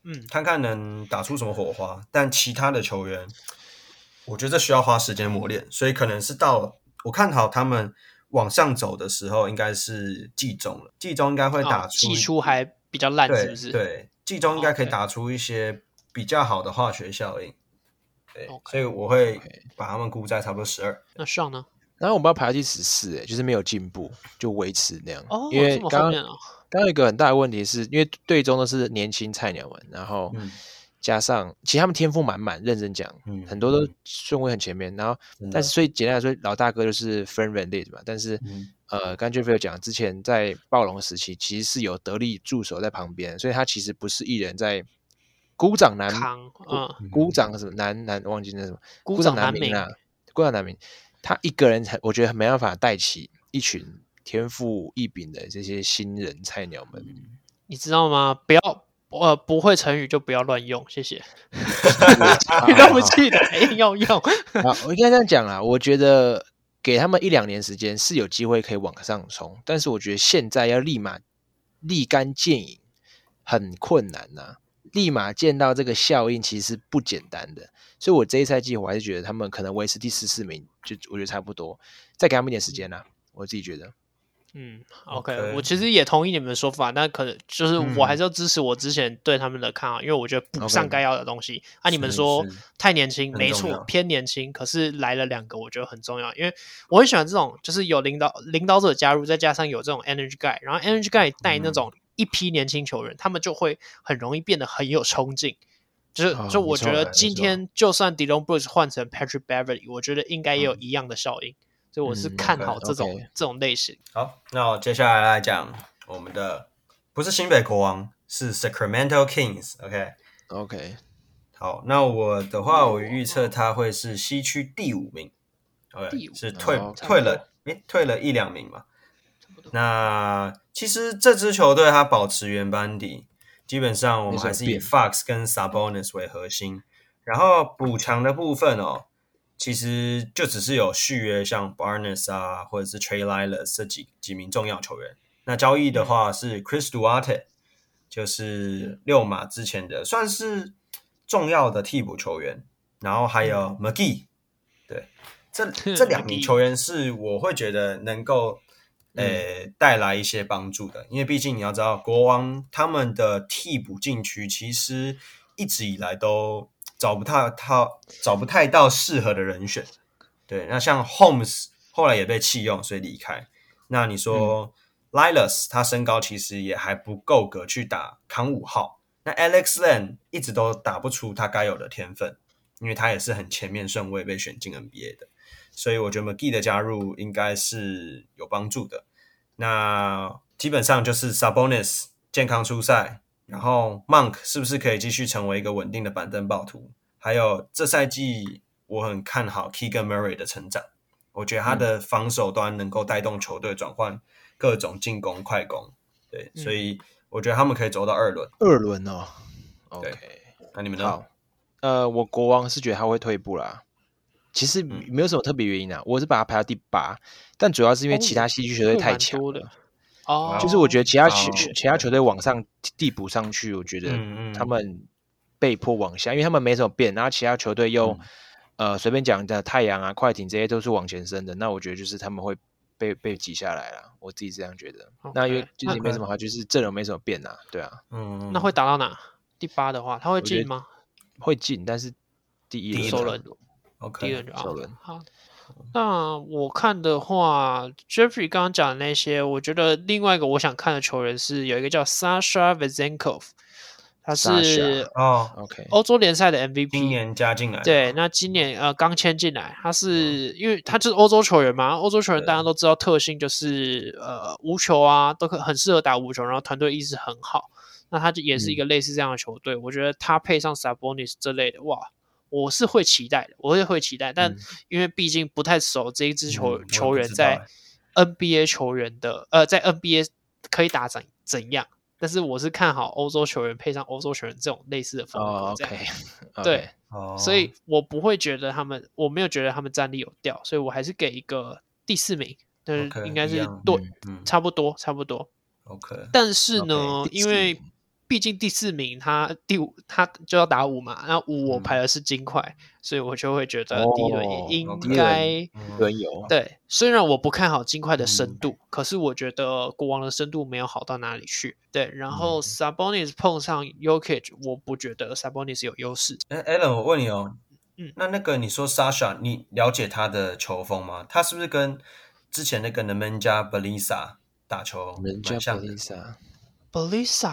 Speaker 2: 嗯，
Speaker 3: 看看能打出什么火花。但其他的球员，我觉得这需要花时间磨练，所以可能是到我看好他们往上走的时候，应该是季中了，季中应该会打
Speaker 2: 哦
Speaker 3: 出、
Speaker 2: 季初还比较烂，
Speaker 3: 对
Speaker 2: 是不是？哦
Speaker 3: 对，季中应该可以
Speaker 2: OK
Speaker 3: 打出一些比较好的化学效应。对
Speaker 2: OK，
Speaker 3: 所以我会
Speaker 1: OK
Speaker 3: 把他们估在差不多十二。
Speaker 2: 那上呢？
Speaker 1: 然后我们要排到第十四，哎，就是没有进步，就维持那样。
Speaker 2: 哦，
Speaker 1: 因为
Speaker 2: 这么
Speaker 1: 刚
Speaker 2: 后
Speaker 1: 刚
Speaker 2: 面啊、
Speaker 1: 刚刚有一个很大的问题是，因为队中都是年轻菜鸟们，然后
Speaker 3: 嗯
Speaker 1: 加上其实他们天赋满满，认真讲，
Speaker 3: 嗯
Speaker 1: 很多都顺位很前面。然后
Speaker 3: 真的
Speaker 1: 但是所以简单来说，老大哥就是 f r i e n d Van l i t 嘛，但是
Speaker 3: 嗯
Speaker 1: 呃，刚 Jeffrey 有讲，之前在暴龙时期其实是有得力助手在旁边，所以他其实不是一人在孤掌难
Speaker 2: 扛，嗯，
Speaker 1: 孤掌什么难难忘记那什么
Speaker 2: 孤
Speaker 1: 掌
Speaker 2: 掌难
Speaker 1: 难
Speaker 2: 鸣
Speaker 1: 鸣啊，孤掌难鸣，他一个人才我觉得没办法带起一群天赋异禀的这些新人菜鸟们。
Speaker 2: 你知道吗？不要，呃，不会成语就不要乱用，谢谢。你
Speaker 1: 对
Speaker 2: 都不记得， 硬要用。
Speaker 1: 啊，我应该这样讲啦，我觉得给他们一两年时间是有机会可以往上冲，但是我觉得现在要立马立竿见影很困难呐、立马见到这个效应其实不简单的，所以我这一赛季我还是觉得他们可能维持第十四名，就我觉得差不多，再给他们一点时间啦、我自己觉得，
Speaker 2: 嗯，OK，,
Speaker 3: OK
Speaker 2: 我其实也同意你们的说法，但可能就是
Speaker 3: 嗯
Speaker 2: 我还是要支持我之前对他们的看法，因为我觉得补
Speaker 1: OK
Speaker 2: 上该要的东西。啊，你们
Speaker 3: 是
Speaker 2: 说
Speaker 3: 是
Speaker 2: 太年轻，
Speaker 3: 很
Speaker 2: 没
Speaker 3: 重
Speaker 2: 错
Speaker 3: 要，
Speaker 2: 偏年轻，可是来了两个，我觉得很重要，因为我很喜欢这种，就是有领导领导者加入，再加上有这种 energy guy，然后 energy guy 带那
Speaker 3: 嗯
Speaker 2: 种一批年轻球员，他们就会很容易变得很有冲劲。就是
Speaker 1: 啊，
Speaker 2: 就
Speaker 1: 没
Speaker 2: 我
Speaker 1: 错
Speaker 2: 觉得
Speaker 3: 哦没
Speaker 2: 今
Speaker 3: 错
Speaker 2: 天就算 Dylan Brooks 换成 Patrick Beverly，我觉得应该也有一样的效应，所以我是
Speaker 1: 嗯
Speaker 2: 看
Speaker 3: 嗯，OK，
Speaker 2: 好这种
Speaker 1: OK
Speaker 2: 这种类型。
Speaker 3: 好，那我接下来来讲我们的不是新北国王，是 Sacramento Kings。OK，
Speaker 1: OK，
Speaker 3: 好，那我的话，我预测他会是西区第五名。OK，
Speaker 2: 第五
Speaker 3: 是退
Speaker 1: 哦
Speaker 3: 退
Speaker 2: 差
Speaker 3: 了，诶，退了一两名嘛。那其实这支球队它保持原班底，基本上我们还是以
Speaker 1: 没什
Speaker 3: Fox 跟 Sabonis 为核心，然后补强的部分哦，其实就只是有续约像 Barnes 啊，或者是 Trey Lyles 这几几名重要球员。那交易的话是 Chris Duarte，就是六马之前的算是重要的替补球员，然后还有 McGee，对，这这两名
Speaker 2: McGee
Speaker 3: 球员是我会觉得能够呃带来一些帮助的，因为毕竟你要知道，国王他们的替补禁区其实一直以来都找不到他找不太到适合的人选。对，那像 Holmes 后来也被弃用，所以离开。那你说、Lilas 他身高其实也还不够格去打扛五号，那 Alex Len 一直都打不出他该有的天分，因为他也是很前面顺位被选进 NBA 的。所以我觉得 McGee 的加入应该是有帮助的。那基本上就是 Sabonis 健康出赛，然后 Monk 是不是可以继续成为一个稳定的板凳暴徒？还有这赛季我很看好 Keegan Murray 的成长，我觉得他
Speaker 2: 嗯
Speaker 3: 的防守端能够带动球队转换各种进攻快攻，对，
Speaker 2: 嗯
Speaker 3: 所以我觉得他们可以走到二轮。
Speaker 1: 二轮哦。OK，
Speaker 3: 那你们呢
Speaker 1: 好？，呃，我国王是觉得他会退步啦。其实
Speaker 3: 嗯
Speaker 1: 没有什么特别原因啊，我是把他排到第八，但主要是因为其他戏剧球队太强
Speaker 2: 哦哦蛮多
Speaker 1: 了
Speaker 2: 的。哦，
Speaker 1: 就是我觉得其他球、
Speaker 3: 哦
Speaker 1: 其他球队往上递补上去，我觉得
Speaker 3: 嗯嗯
Speaker 1: 他们被迫往下，因为他们没什么变，然后其他球队又、
Speaker 3: 嗯
Speaker 1: 呃随便讲的太阳啊、快艇这些都是往前升的，那我觉得就是他们会被被挤下来了，我自己这样觉得。那因为
Speaker 2: 哦 OK，
Speaker 1: 就是
Speaker 2: 那
Speaker 1: 没什么好，就是阵容没什么变啊，对啊，
Speaker 3: 嗯，
Speaker 2: 那会打到哪？第八的话，他会
Speaker 1: 觉得
Speaker 2: 进吗？
Speaker 1: 会进，但是第一
Speaker 3: 第
Speaker 1: 轮
Speaker 3: 一
Speaker 2: 首轮，第一
Speaker 3: OK，
Speaker 2: 轮就
Speaker 1: 首
Speaker 2: out
Speaker 1: 轮
Speaker 2: 了。好，那我看的话，Jeffrey 刚刚讲的那些，我觉得另外一个我想看的球员是有一个叫 Sasha Vezenkov，他
Speaker 1: Sasha
Speaker 2: 是
Speaker 3: 哦，
Speaker 1: ，OK，
Speaker 2: 欧洲联赛的
Speaker 3: 今
Speaker 2: MVP。
Speaker 3: 年加进来的嗯
Speaker 2: 对，那今年呃刚签进来，他是、因为他就是欧洲球员嘛，欧洲球员
Speaker 3: 对
Speaker 2: 大家都知道特性就是呃无球啊，都可很适合打无球，然后团队意识很好。那他就也
Speaker 3: 嗯
Speaker 2: 是一个类似这样的球队，我觉得他配上 Sabonis 这类的，哇，我是会期待的，我也会期待。但
Speaker 1: 嗯
Speaker 2: 因为毕竟不太熟这一支球、
Speaker 3: 嗯
Speaker 2: 球
Speaker 3: 我也
Speaker 2: 员
Speaker 3: 不知道
Speaker 2: 在 NBA 球员的呃在 NBA 可以打怎怎样，但是我是看好欧洲球员配上欧洲球员这种类似的风格。
Speaker 1: 哦
Speaker 2: 这样
Speaker 1: ，OK，
Speaker 2: 对，
Speaker 3: 哦，
Speaker 2: 所以我不会觉得他们，我没有觉得他们战力有掉，所以我还是给一个第四名，但是
Speaker 3: OK，
Speaker 2: 应该
Speaker 3: 一
Speaker 2: 是
Speaker 3: 样
Speaker 2: 对，
Speaker 3: 嗯
Speaker 2: 差不多差不多。
Speaker 3: ，OK，
Speaker 2: 但是呢
Speaker 1: OK，第
Speaker 2: 因
Speaker 1: 四
Speaker 2: 为
Speaker 1: 名
Speaker 2: 毕竟第四名他第五他就要打五嘛，那五我
Speaker 1: 嗯
Speaker 2: 排的是金块，所以我就会觉得第一轮
Speaker 1: 哦
Speaker 2: 也应
Speaker 3: OK
Speaker 2: 该。
Speaker 3: 嗯
Speaker 1: 轮游，
Speaker 2: 对，虽然我不看好金块的
Speaker 3: 嗯
Speaker 2: 深度，可是我觉得国王的深度没有好到哪里去。对，然
Speaker 3: 嗯
Speaker 2: 后 Sabonis 碰上 Yokic，我不觉得 Sabonis 有优势。
Speaker 3: 哎 a l a n 我问你哦，
Speaker 2: 嗯
Speaker 3: 那那个你说 Sasha，你了解他的球风吗？他是不是跟之前那个 n e m e n j a Belisa 打球
Speaker 1: 人家
Speaker 3: 蛮像
Speaker 1: 布
Speaker 3: 的
Speaker 1: 丽莎，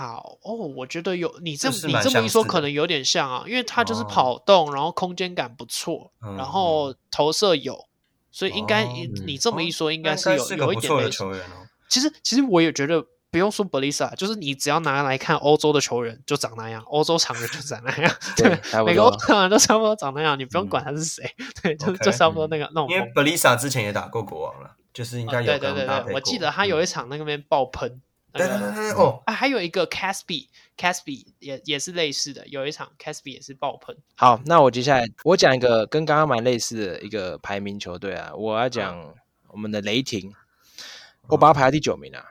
Speaker 2: Belisa 哦，我觉得有你这
Speaker 3: 就是
Speaker 2: 你
Speaker 3: 蛮
Speaker 2: 这么一
Speaker 3: 相
Speaker 2: 说，
Speaker 3: 似
Speaker 2: 可
Speaker 3: 的
Speaker 2: 能有点像啊，因为他就是
Speaker 3: 哦
Speaker 2: 跑动，然后空间感不错，
Speaker 3: 嗯
Speaker 2: 然后投射有，所以应该、
Speaker 3: 哦
Speaker 2: 你这么一说，应
Speaker 3: 应
Speaker 2: 该
Speaker 3: 是
Speaker 2: 有
Speaker 3: 个
Speaker 2: 有一
Speaker 3: 不
Speaker 2: 点
Speaker 3: 错的
Speaker 2: 类似。
Speaker 3: 球员哦。
Speaker 2: 其实其实我也觉得不用说 Belisa，就是你只要拿来看欧洲的球员就长那样，欧洲场员就长那 样，
Speaker 1: 对差不
Speaker 2: 每个欧
Speaker 1: 多
Speaker 2: 洲场员都差不多长那样，你不用
Speaker 3: 嗯
Speaker 2: 管他是谁，对，就
Speaker 3: OK，嗯
Speaker 2: 就差不多那个那种
Speaker 3: 因为
Speaker 2: 风格。
Speaker 3: Belisa 之前也打过国王了，就是应该
Speaker 2: 啊
Speaker 3: 有
Speaker 2: 对
Speaker 3: 跟
Speaker 2: 对
Speaker 3: 他们
Speaker 2: 对
Speaker 3: 搭
Speaker 2: 对，
Speaker 3: 配嗯
Speaker 2: 我记得他有一场那个边爆喷，那
Speaker 3: 对
Speaker 2: 个
Speaker 3: 对对对哦，
Speaker 2: 啊，还有一个 Casby，Casby 也也是类似的，有一场 Casby 也是爆喷。
Speaker 1: 好，那我接下来我讲一个跟刚刚蛮类似的一个排名球队啊，我要讲我们的雷霆，我
Speaker 3: 嗯
Speaker 1: 把它排到第九名啊。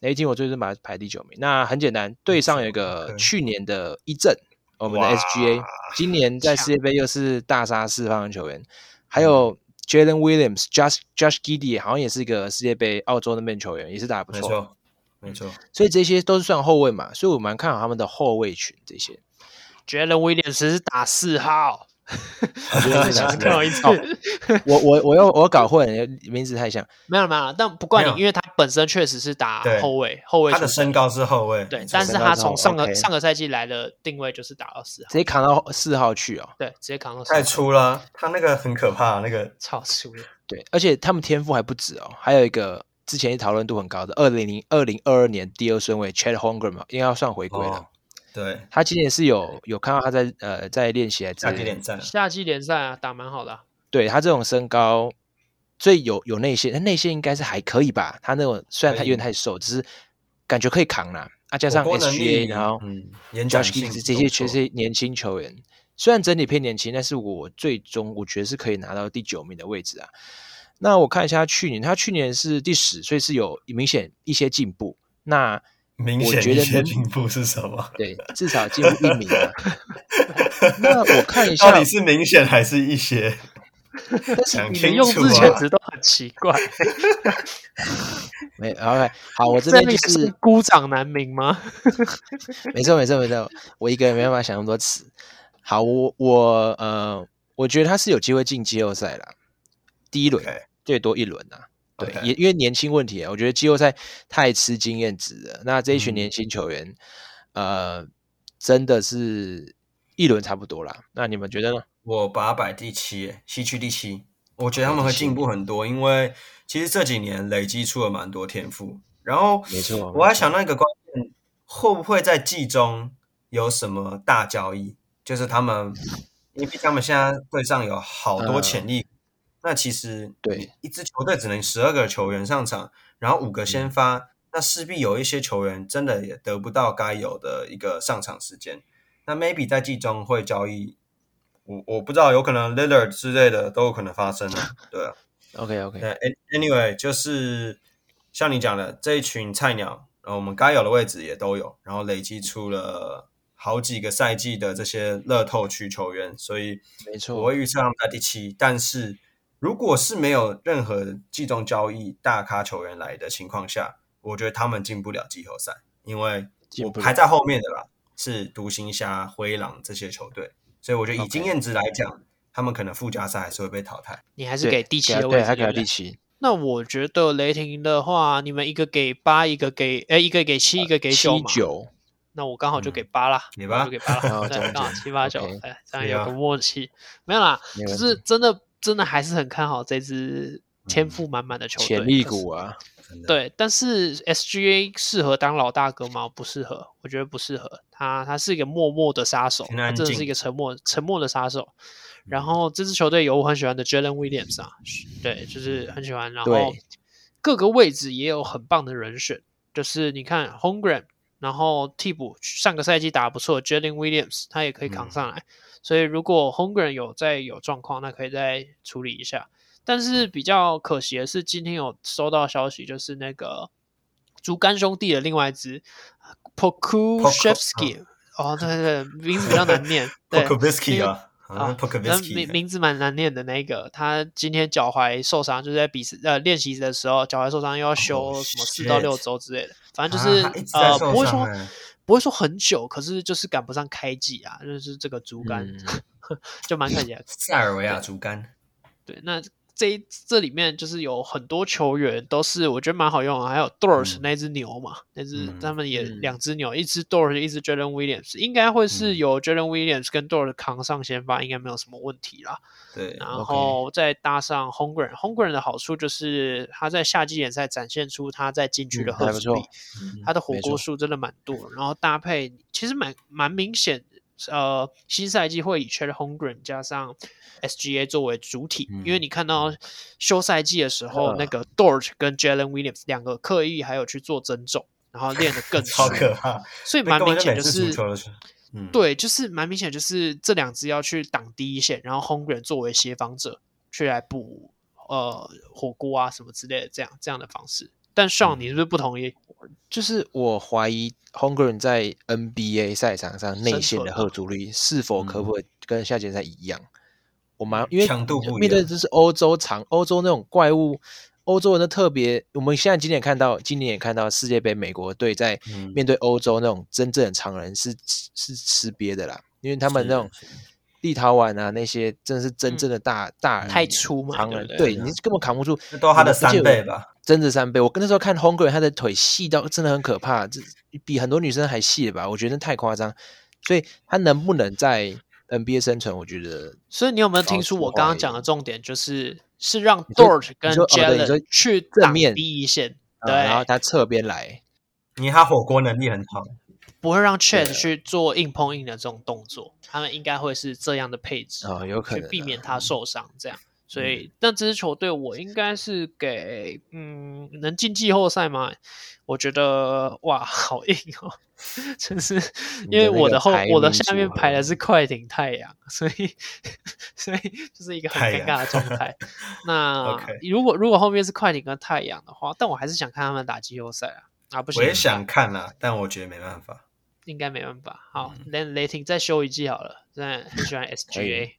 Speaker 1: 雷霆我最终把它排第九名，那很简单，对上有一个
Speaker 3: OK
Speaker 1: 去年的一阵，我们的
Speaker 3: 哇
Speaker 1: SGA，今年在
Speaker 2: 强
Speaker 1: 世界杯又是大杀四方的球员，还
Speaker 3: 嗯
Speaker 1: 有 Jalen Williams、Josh Josh Giddy 好像也是一个世界杯澳洲那边球员，也是打嗯得不
Speaker 3: 没
Speaker 1: 错。
Speaker 3: 错没错，
Speaker 1: 所以这些都是算后卫嘛，所以我蛮看好他们的后卫群这些。
Speaker 2: Jalen Williams 是打四号，
Speaker 1: 我觉得这两
Speaker 2: 想
Speaker 1: 个
Speaker 2: 看我一次，
Speaker 1: 我我我又我搞混了，名字太像。
Speaker 2: 没有没有，但不怪
Speaker 3: 没有
Speaker 2: 你，因为他本身确实是打
Speaker 3: 对
Speaker 2: 后卫，后卫
Speaker 3: 他的
Speaker 2: 出
Speaker 3: 身高是后卫，
Speaker 2: 对
Speaker 3: 没，错
Speaker 2: 但是他从上
Speaker 1: 身高
Speaker 2: 个
Speaker 1: 是后
Speaker 2: 上个赛季来的定位就是打到四号，
Speaker 1: 直接扛到四号去哦。
Speaker 2: 对，直接扛到四号，
Speaker 3: 太粗了，他那个很可怕，那个
Speaker 2: 超粗了，
Speaker 1: 对，而且他们天赋还不止哦，还有一个之前讨论度很高的二零零二零二二年第二顺位 Chad Holmgren 嘛，应该要算回归了。
Speaker 3: 哦对，
Speaker 1: 他今年是有有看到他在呃在练习还
Speaker 3: 下给
Speaker 1: 是？
Speaker 3: 点赞了，
Speaker 2: 夏季联赛啊打蛮好的啊，
Speaker 1: 对他这种身高，最有有内线，他内线应该是还可以吧？他那种虽然他
Speaker 3: 可以
Speaker 1: 有点太瘦，只是感觉可以扛啦。啊，加上
Speaker 3: 火锅能力
Speaker 1: SGA，然后
Speaker 3: 嗯，延展
Speaker 1: Josh
Speaker 3: 性
Speaker 1: Giddey 这
Speaker 3: 不
Speaker 1: 些这
Speaker 3: 错
Speaker 1: 些年轻球员，虽然整体偏年轻，但是我最终我觉得是可以拿到第九名的位置啊。那我看一下他去年，他去年是第十，所以是有明显一些进步。那
Speaker 3: 明
Speaker 1: 我
Speaker 3: 显
Speaker 1: 觉
Speaker 3: 一
Speaker 1: 得
Speaker 3: 些
Speaker 1: 能
Speaker 3: 进步是什么？
Speaker 1: 对，至少进步一名啊。 那我看一
Speaker 3: 到
Speaker 1: 下
Speaker 3: 底，是明显还是一些？
Speaker 1: 但是
Speaker 3: 想
Speaker 1: 你
Speaker 3: 清
Speaker 1: 们
Speaker 2: 用
Speaker 3: 楚
Speaker 2: 字
Speaker 3: 啊
Speaker 2: 确实都很奇怪，
Speaker 1: 没 OK，好，我这
Speaker 2: 这
Speaker 1: 边
Speaker 2: 里
Speaker 1: 就是是
Speaker 2: 孤掌难鸣吗？
Speaker 1: 没错没错没错，我一个人没办法想那么多词。好，我我呃，我觉得他是有机会进季后赛啦，第一轮
Speaker 3: OK
Speaker 1: 最多一轮啊。对
Speaker 3: OK
Speaker 1: 也因为年轻问题啊，我觉得季后赛太吃经验值了。那这一群
Speaker 3: 嗯
Speaker 1: 年轻球员，呃，真的是一轮差不多啦。那你们觉得呢？
Speaker 3: 我把它摆第七耶，西区第七。我觉得他们会进步很多，因为其实这几年累积出了蛮多天赋。然后
Speaker 1: 没错
Speaker 3: 我
Speaker 1: 没错
Speaker 3: 还想到一个关键，会不会在季中有什么大交易？就是他们，因为毕竟他们现在队上有好
Speaker 1: 嗯
Speaker 3: 多潜力。那其实
Speaker 1: 对
Speaker 3: 你一支球队只能十二个球员上场，然后五个先发，那势必有一些球员真的也得不到该有的一个上场时间。那 maybe 在季中会交易，我我不知道，有可能 Lillard 之类的都有可能发生啊。对啊，
Speaker 1: ？OK OK，
Speaker 3: 对，an-，anyway，就是像你讲的这一群菜鸟，呃，我们该有的位置也都有，然后累积出了好几个赛季的这些乐透区球员，所以
Speaker 1: 没
Speaker 3: 我
Speaker 1: 错
Speaker 3: 会，预测他们在第七。但是如果是没有任何季中交易大咖球员来的情况下，我觉得他们进不了季后赛，因为
Speaker 1: 进不
Speaker 3: 我
Speaker 1: 了
Speaker 3: 排在后面的啦，是独行侠、灰狼这些球队，所以我觉得以
Speaker 1: OK
Speaker 3: 经验值来讲，他们可能附加赛还是会被淘汰。
Speaker 2: 你还是
Speaker 1: 对
Speaker 2: 给第七
Speaker 1: 啊
Speaker 2: 的位
Speaker 1: 对，
Speaker 2: 置，
Speaker 1: 他给
Speaker 2: 对
Speaker 1: 到
Speaker 2: 不对
Speaker 1: 第七，
Speaker 2: 那我觉得雷霆的话，你们一个给八，一个给哎，一个给七，一个给
Speaker 1: 呃七
Speaker 2: 九嘛。
Speaker 1: 九，
Speaker 2: 那我刚好就给八啦，
Speaker 3: 嗯给
Speaker 2: 我
Speaker 3: 八
Speaker 2: 就给八
Speaker 1: 哦
Speaker 2: 啦，
Speaker 1: 这样
Speaker 2: 对，刚好
Speaker 1: 子
Speaker 2: 七八九
Speaker 1: OK，
Speaker 2: 哎，这样
Speaker 3: 对
Speaker 2: 有
Speaker 3: 啊
Speaker 2: 个默契。没有啦，
Speaker 1: 没
Speaker 2: 就
Speaker 1: 问
Speaker 2: 是
Speaker 1: 题嗯
Speaker 2: 真的真的还是很看好这支天赋满满的球队，
Speaker 1: 潜力
Speaker 2: 可是
Speaker 1: 股啊，
Speaker 3: 真的，
Speaker 2: 对，但是 SGA 适合当老大哥吗？不适合，我觉得不适合。他他是一个默默的杀手，
Speaker 3: 平
Speaker 2: 他
Speaker 3: 安
Speaker 2: 真的是
Speaker 3: 静嗯
Speaker 2: 一个沉默沉默的杀手。然后这支球队有我很喜欢的 Jalen Williams 啊，对，就是很喜欢。然后
Speaker 1: 对
Speaker 2: 各个位置也有很棒的人选，就是你看 Holmgren，然后替补上个赛季打得不错，Jalen Williams 他也可以扛
Speaker 3: 嗯
Speaker 2: 上来。所以如果 Holmgren 有在有状况，那可以再处理一下。但是比较可惜的是，今天有收到消息，就是那个竹竿兄弟的另外一支
Speaker 3: 嗯
Speaker 2: Pokushevsky，哦，对对对，名字比较难念，对
Speaker 3: Pokovisky 啊，
Speaker 2: 啊
Speaker 3: 啊，
Speaker 2: 但名
Speaker 3: Pokovisky，
Speaker 2: 名字蛮难念的那个，他今天脚踝受伤，就是在比赛呃练习的时候脚踝受伤，又要休什么四到六
Speaker 3: 哦 shit
Speaker 2: 周之类的，反正就
Speaker 3: 啊
Speaker 2: 是、
Speaker 3: 他一直在
Speaker 2: 呃
Speaker 3: 受
Speaker 2: 不会
Speaker 3: 伤
Speaker 2: 说
Speaker 3: 欸
Speaker 2: 不会说很久，可是就是赶不上开季啊，就是这个竹竿、
Speaker 1: 嗯
Speaker 2: 就蛮可惜的。
Speaker 3: 塞尔维亚竹竿，
Speaker 2: 对，那这一这里面就是有很多球员都是我觉得蛮好用的，啊还有 Dors
Speaker 3: 嗯
Speaker 2: 那只牛嘛，那只
Speaker 3: 嗯
Speaker 2: 他们也
Speaker 1: 嗯
Speaker 2: 两只牛，一只 Dors，一只 Jalen Williams，应该会是
Speaker 3: 嗯
Speaker 2: 由 Jalen Williams 跟 Dors 扛上先发，应该没有什么问题啦。
Speaker 3: 对，
Speaker 2: 然后再搭上 Hongren，Hongren 的好处就是他在夏季联赛展现出他在禁区的
Speaker 1: 嗯还
Speaker 2: 合
Speaker 1: 不
Speaker 2: 阻力
Speaker 1: 错，
Speaker 3: 嗯
Speaker 2: 他的火
Speaker 1: 没
Speaker 2: 锅
Speaker 1: 错
Speaker 2: 数真的蛮多，然后搭配其实蛮蛮明显，呃，新赛季会以 c h a d Hongren 加上 SGA 作为主体，因为
Speaker 3: 嗯啊
Speaker 2: 你看到休赛季的时候，
Speaker 1: 呃
Speaker 2: 那个 Dort 跟 Jalen Williams 两个刻意还有去做增重，然后练得更
Speaker 3: 超
Speaker 2: 熟
Speaker 3: 可怕，
Speaker 2: 所以
Speaker 3: 那
Speaker 2: 蛮
Speaker 3: 根本
Speaker 2: 明显
Speaker 3: 每
Speaker 2: 就
Speaker 3: 次
Speaker 2: 是
Speaker 3: 足球的球，嗯，
Speaker 2: 对，就是蛮明显，就是这两支要去挡第一线，然后 h 人作为协防者去来补呃火锅啊什么之类的这样这样的方式。但上你是不是不同意？
Speaker 1: 就是我怀疑 Hungren 在 NBA 赛场上内线的后阻力是否可不可以跟夏季赛一样？我蛮因为
Speaker 3: 强度不一
Speaker 1: 面对
Speaker 3: 样，
Speaker 1: 就是欧洲场，欧洲那种怪物，欧洲人都特别。我们现在今年看到，今年也看到世界杯美国队在
Speaker 3: 嗯
Speaker 1: 面对欧洲那种真正的常人是是吃瘪的啦，因为他们那种
Speaker 3: 是
Speaker 1: 立陶宛啊那些真的是真正的大、大人
Speaker 2: 太粗嘛，
Speaker 1: 常
Speaker 2: 对不
Speaker 1: 人，
Speaker 2: 对？
Speaker 1: 对
Speaker 3: 对啊
Speaker 1: 你是根本扛不住。
Speaker 3: 这都他的
Speaker 1: 而且
Speaker 3: 三倍吧？
Speaker 1: 真的三倍。我跟那时候看 Hungry，他的腿细到真的很可怕，这比很多女生还细了吧？我觉得太夸张。所以他能不能在 NBA 生存，我觉得
Speaker 2: 所以你有没有听
Speaker 1: 超
Speaker 2: 出
Speaker 1: 级
Speaker 2: 我刚刚
Speaker 1: 怀疑
Speaker 2: 讲的重点，就是是让
Speaker 1: 你说
Speaker 2: Dort 跟
Speaker 1: 你说哦对你
Speaker 2: Jalen
Speaker 1: 说
Speaker 2: 去
Speaker 1: 正
Speaker 2: 挡
Speaker 1: 面
Speaker 2: 第一线，
Speaker 1: 呃
Speaker 2: 对，
Speaker 1: 然后他侧边来，
Speaker 3: 因为他火锅能力很好，
Speaker 2: 不会让 Chat
Speaker 1: 对啊
Speaker 2: 去做硬碰硬的这种动作，他们应该会是这样的配置
Speaker 1: 哦有可能啊嗯
Speaker 2: 去避免他受伤这样。所以，那这支球队我应该是给嗯，能进季后赛吗？我觉得哇，好硬哦， 真是
Speaker 1: 你的
Speaker 2: 因为
Speaker 1: 那
Speaker 2: 我
Speaker 1: 个
Speaker 2: 的后
Speaker 1: 排
Speaker 2: 我的
Speaker 1: 名
Speaker 2: 下
Speaker 1: 组
Speaker 2: 面
Speaker 1: 合
Speaker 2: 排的是快艇太阳，所以 所以就是一个很
Speaker 3: 太
Speaker 2: 尴
Speaker 3: 阳
Speaker 2: 尬的状态。 那
Speaker 3: OK
Speaker 2: 如果如果后面是快艇跟太阳的话，但我还是想看他们打季后赛啊。啊，不行！
Speaker 3: 我也想看啦，但我觉得没办法。
Speaker 1: 嗯
Speaker 2: 应该没办法。好，雷雷霆再修一季好了，真的很喜欢 SGA。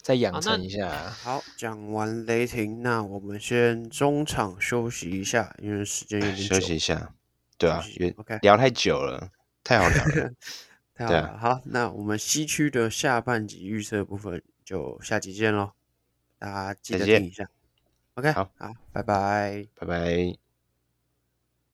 Speaker 4: 再养
Speaker 5: 那
Speaker 4: 成一下啊。
Speaker 2: 好，讲完雷霆，那我们先中场休息一下，因为时间有点久。
Speaker 1: 休息一下，对啊
Speaker 2: 休息，
Speaker 1: 有
Speaker 2: OK
Speaker 1: 聊太久了，太好聊了，
Speaker 2: 太好
Speaker 1: 对
Speaker 2: 了，
Speaker 1: 啊
Speaker 2: 好，那我们西区的下半集预测部分就下集见喽，大家记
Speaker 1: 再
Speaker 2: 得
Speaker 1: 见
Speaker 2: 听一下。OK，
Speaker 1: 好
Speaker 2: 好，拜拜。
Speaker 1: 拜拜。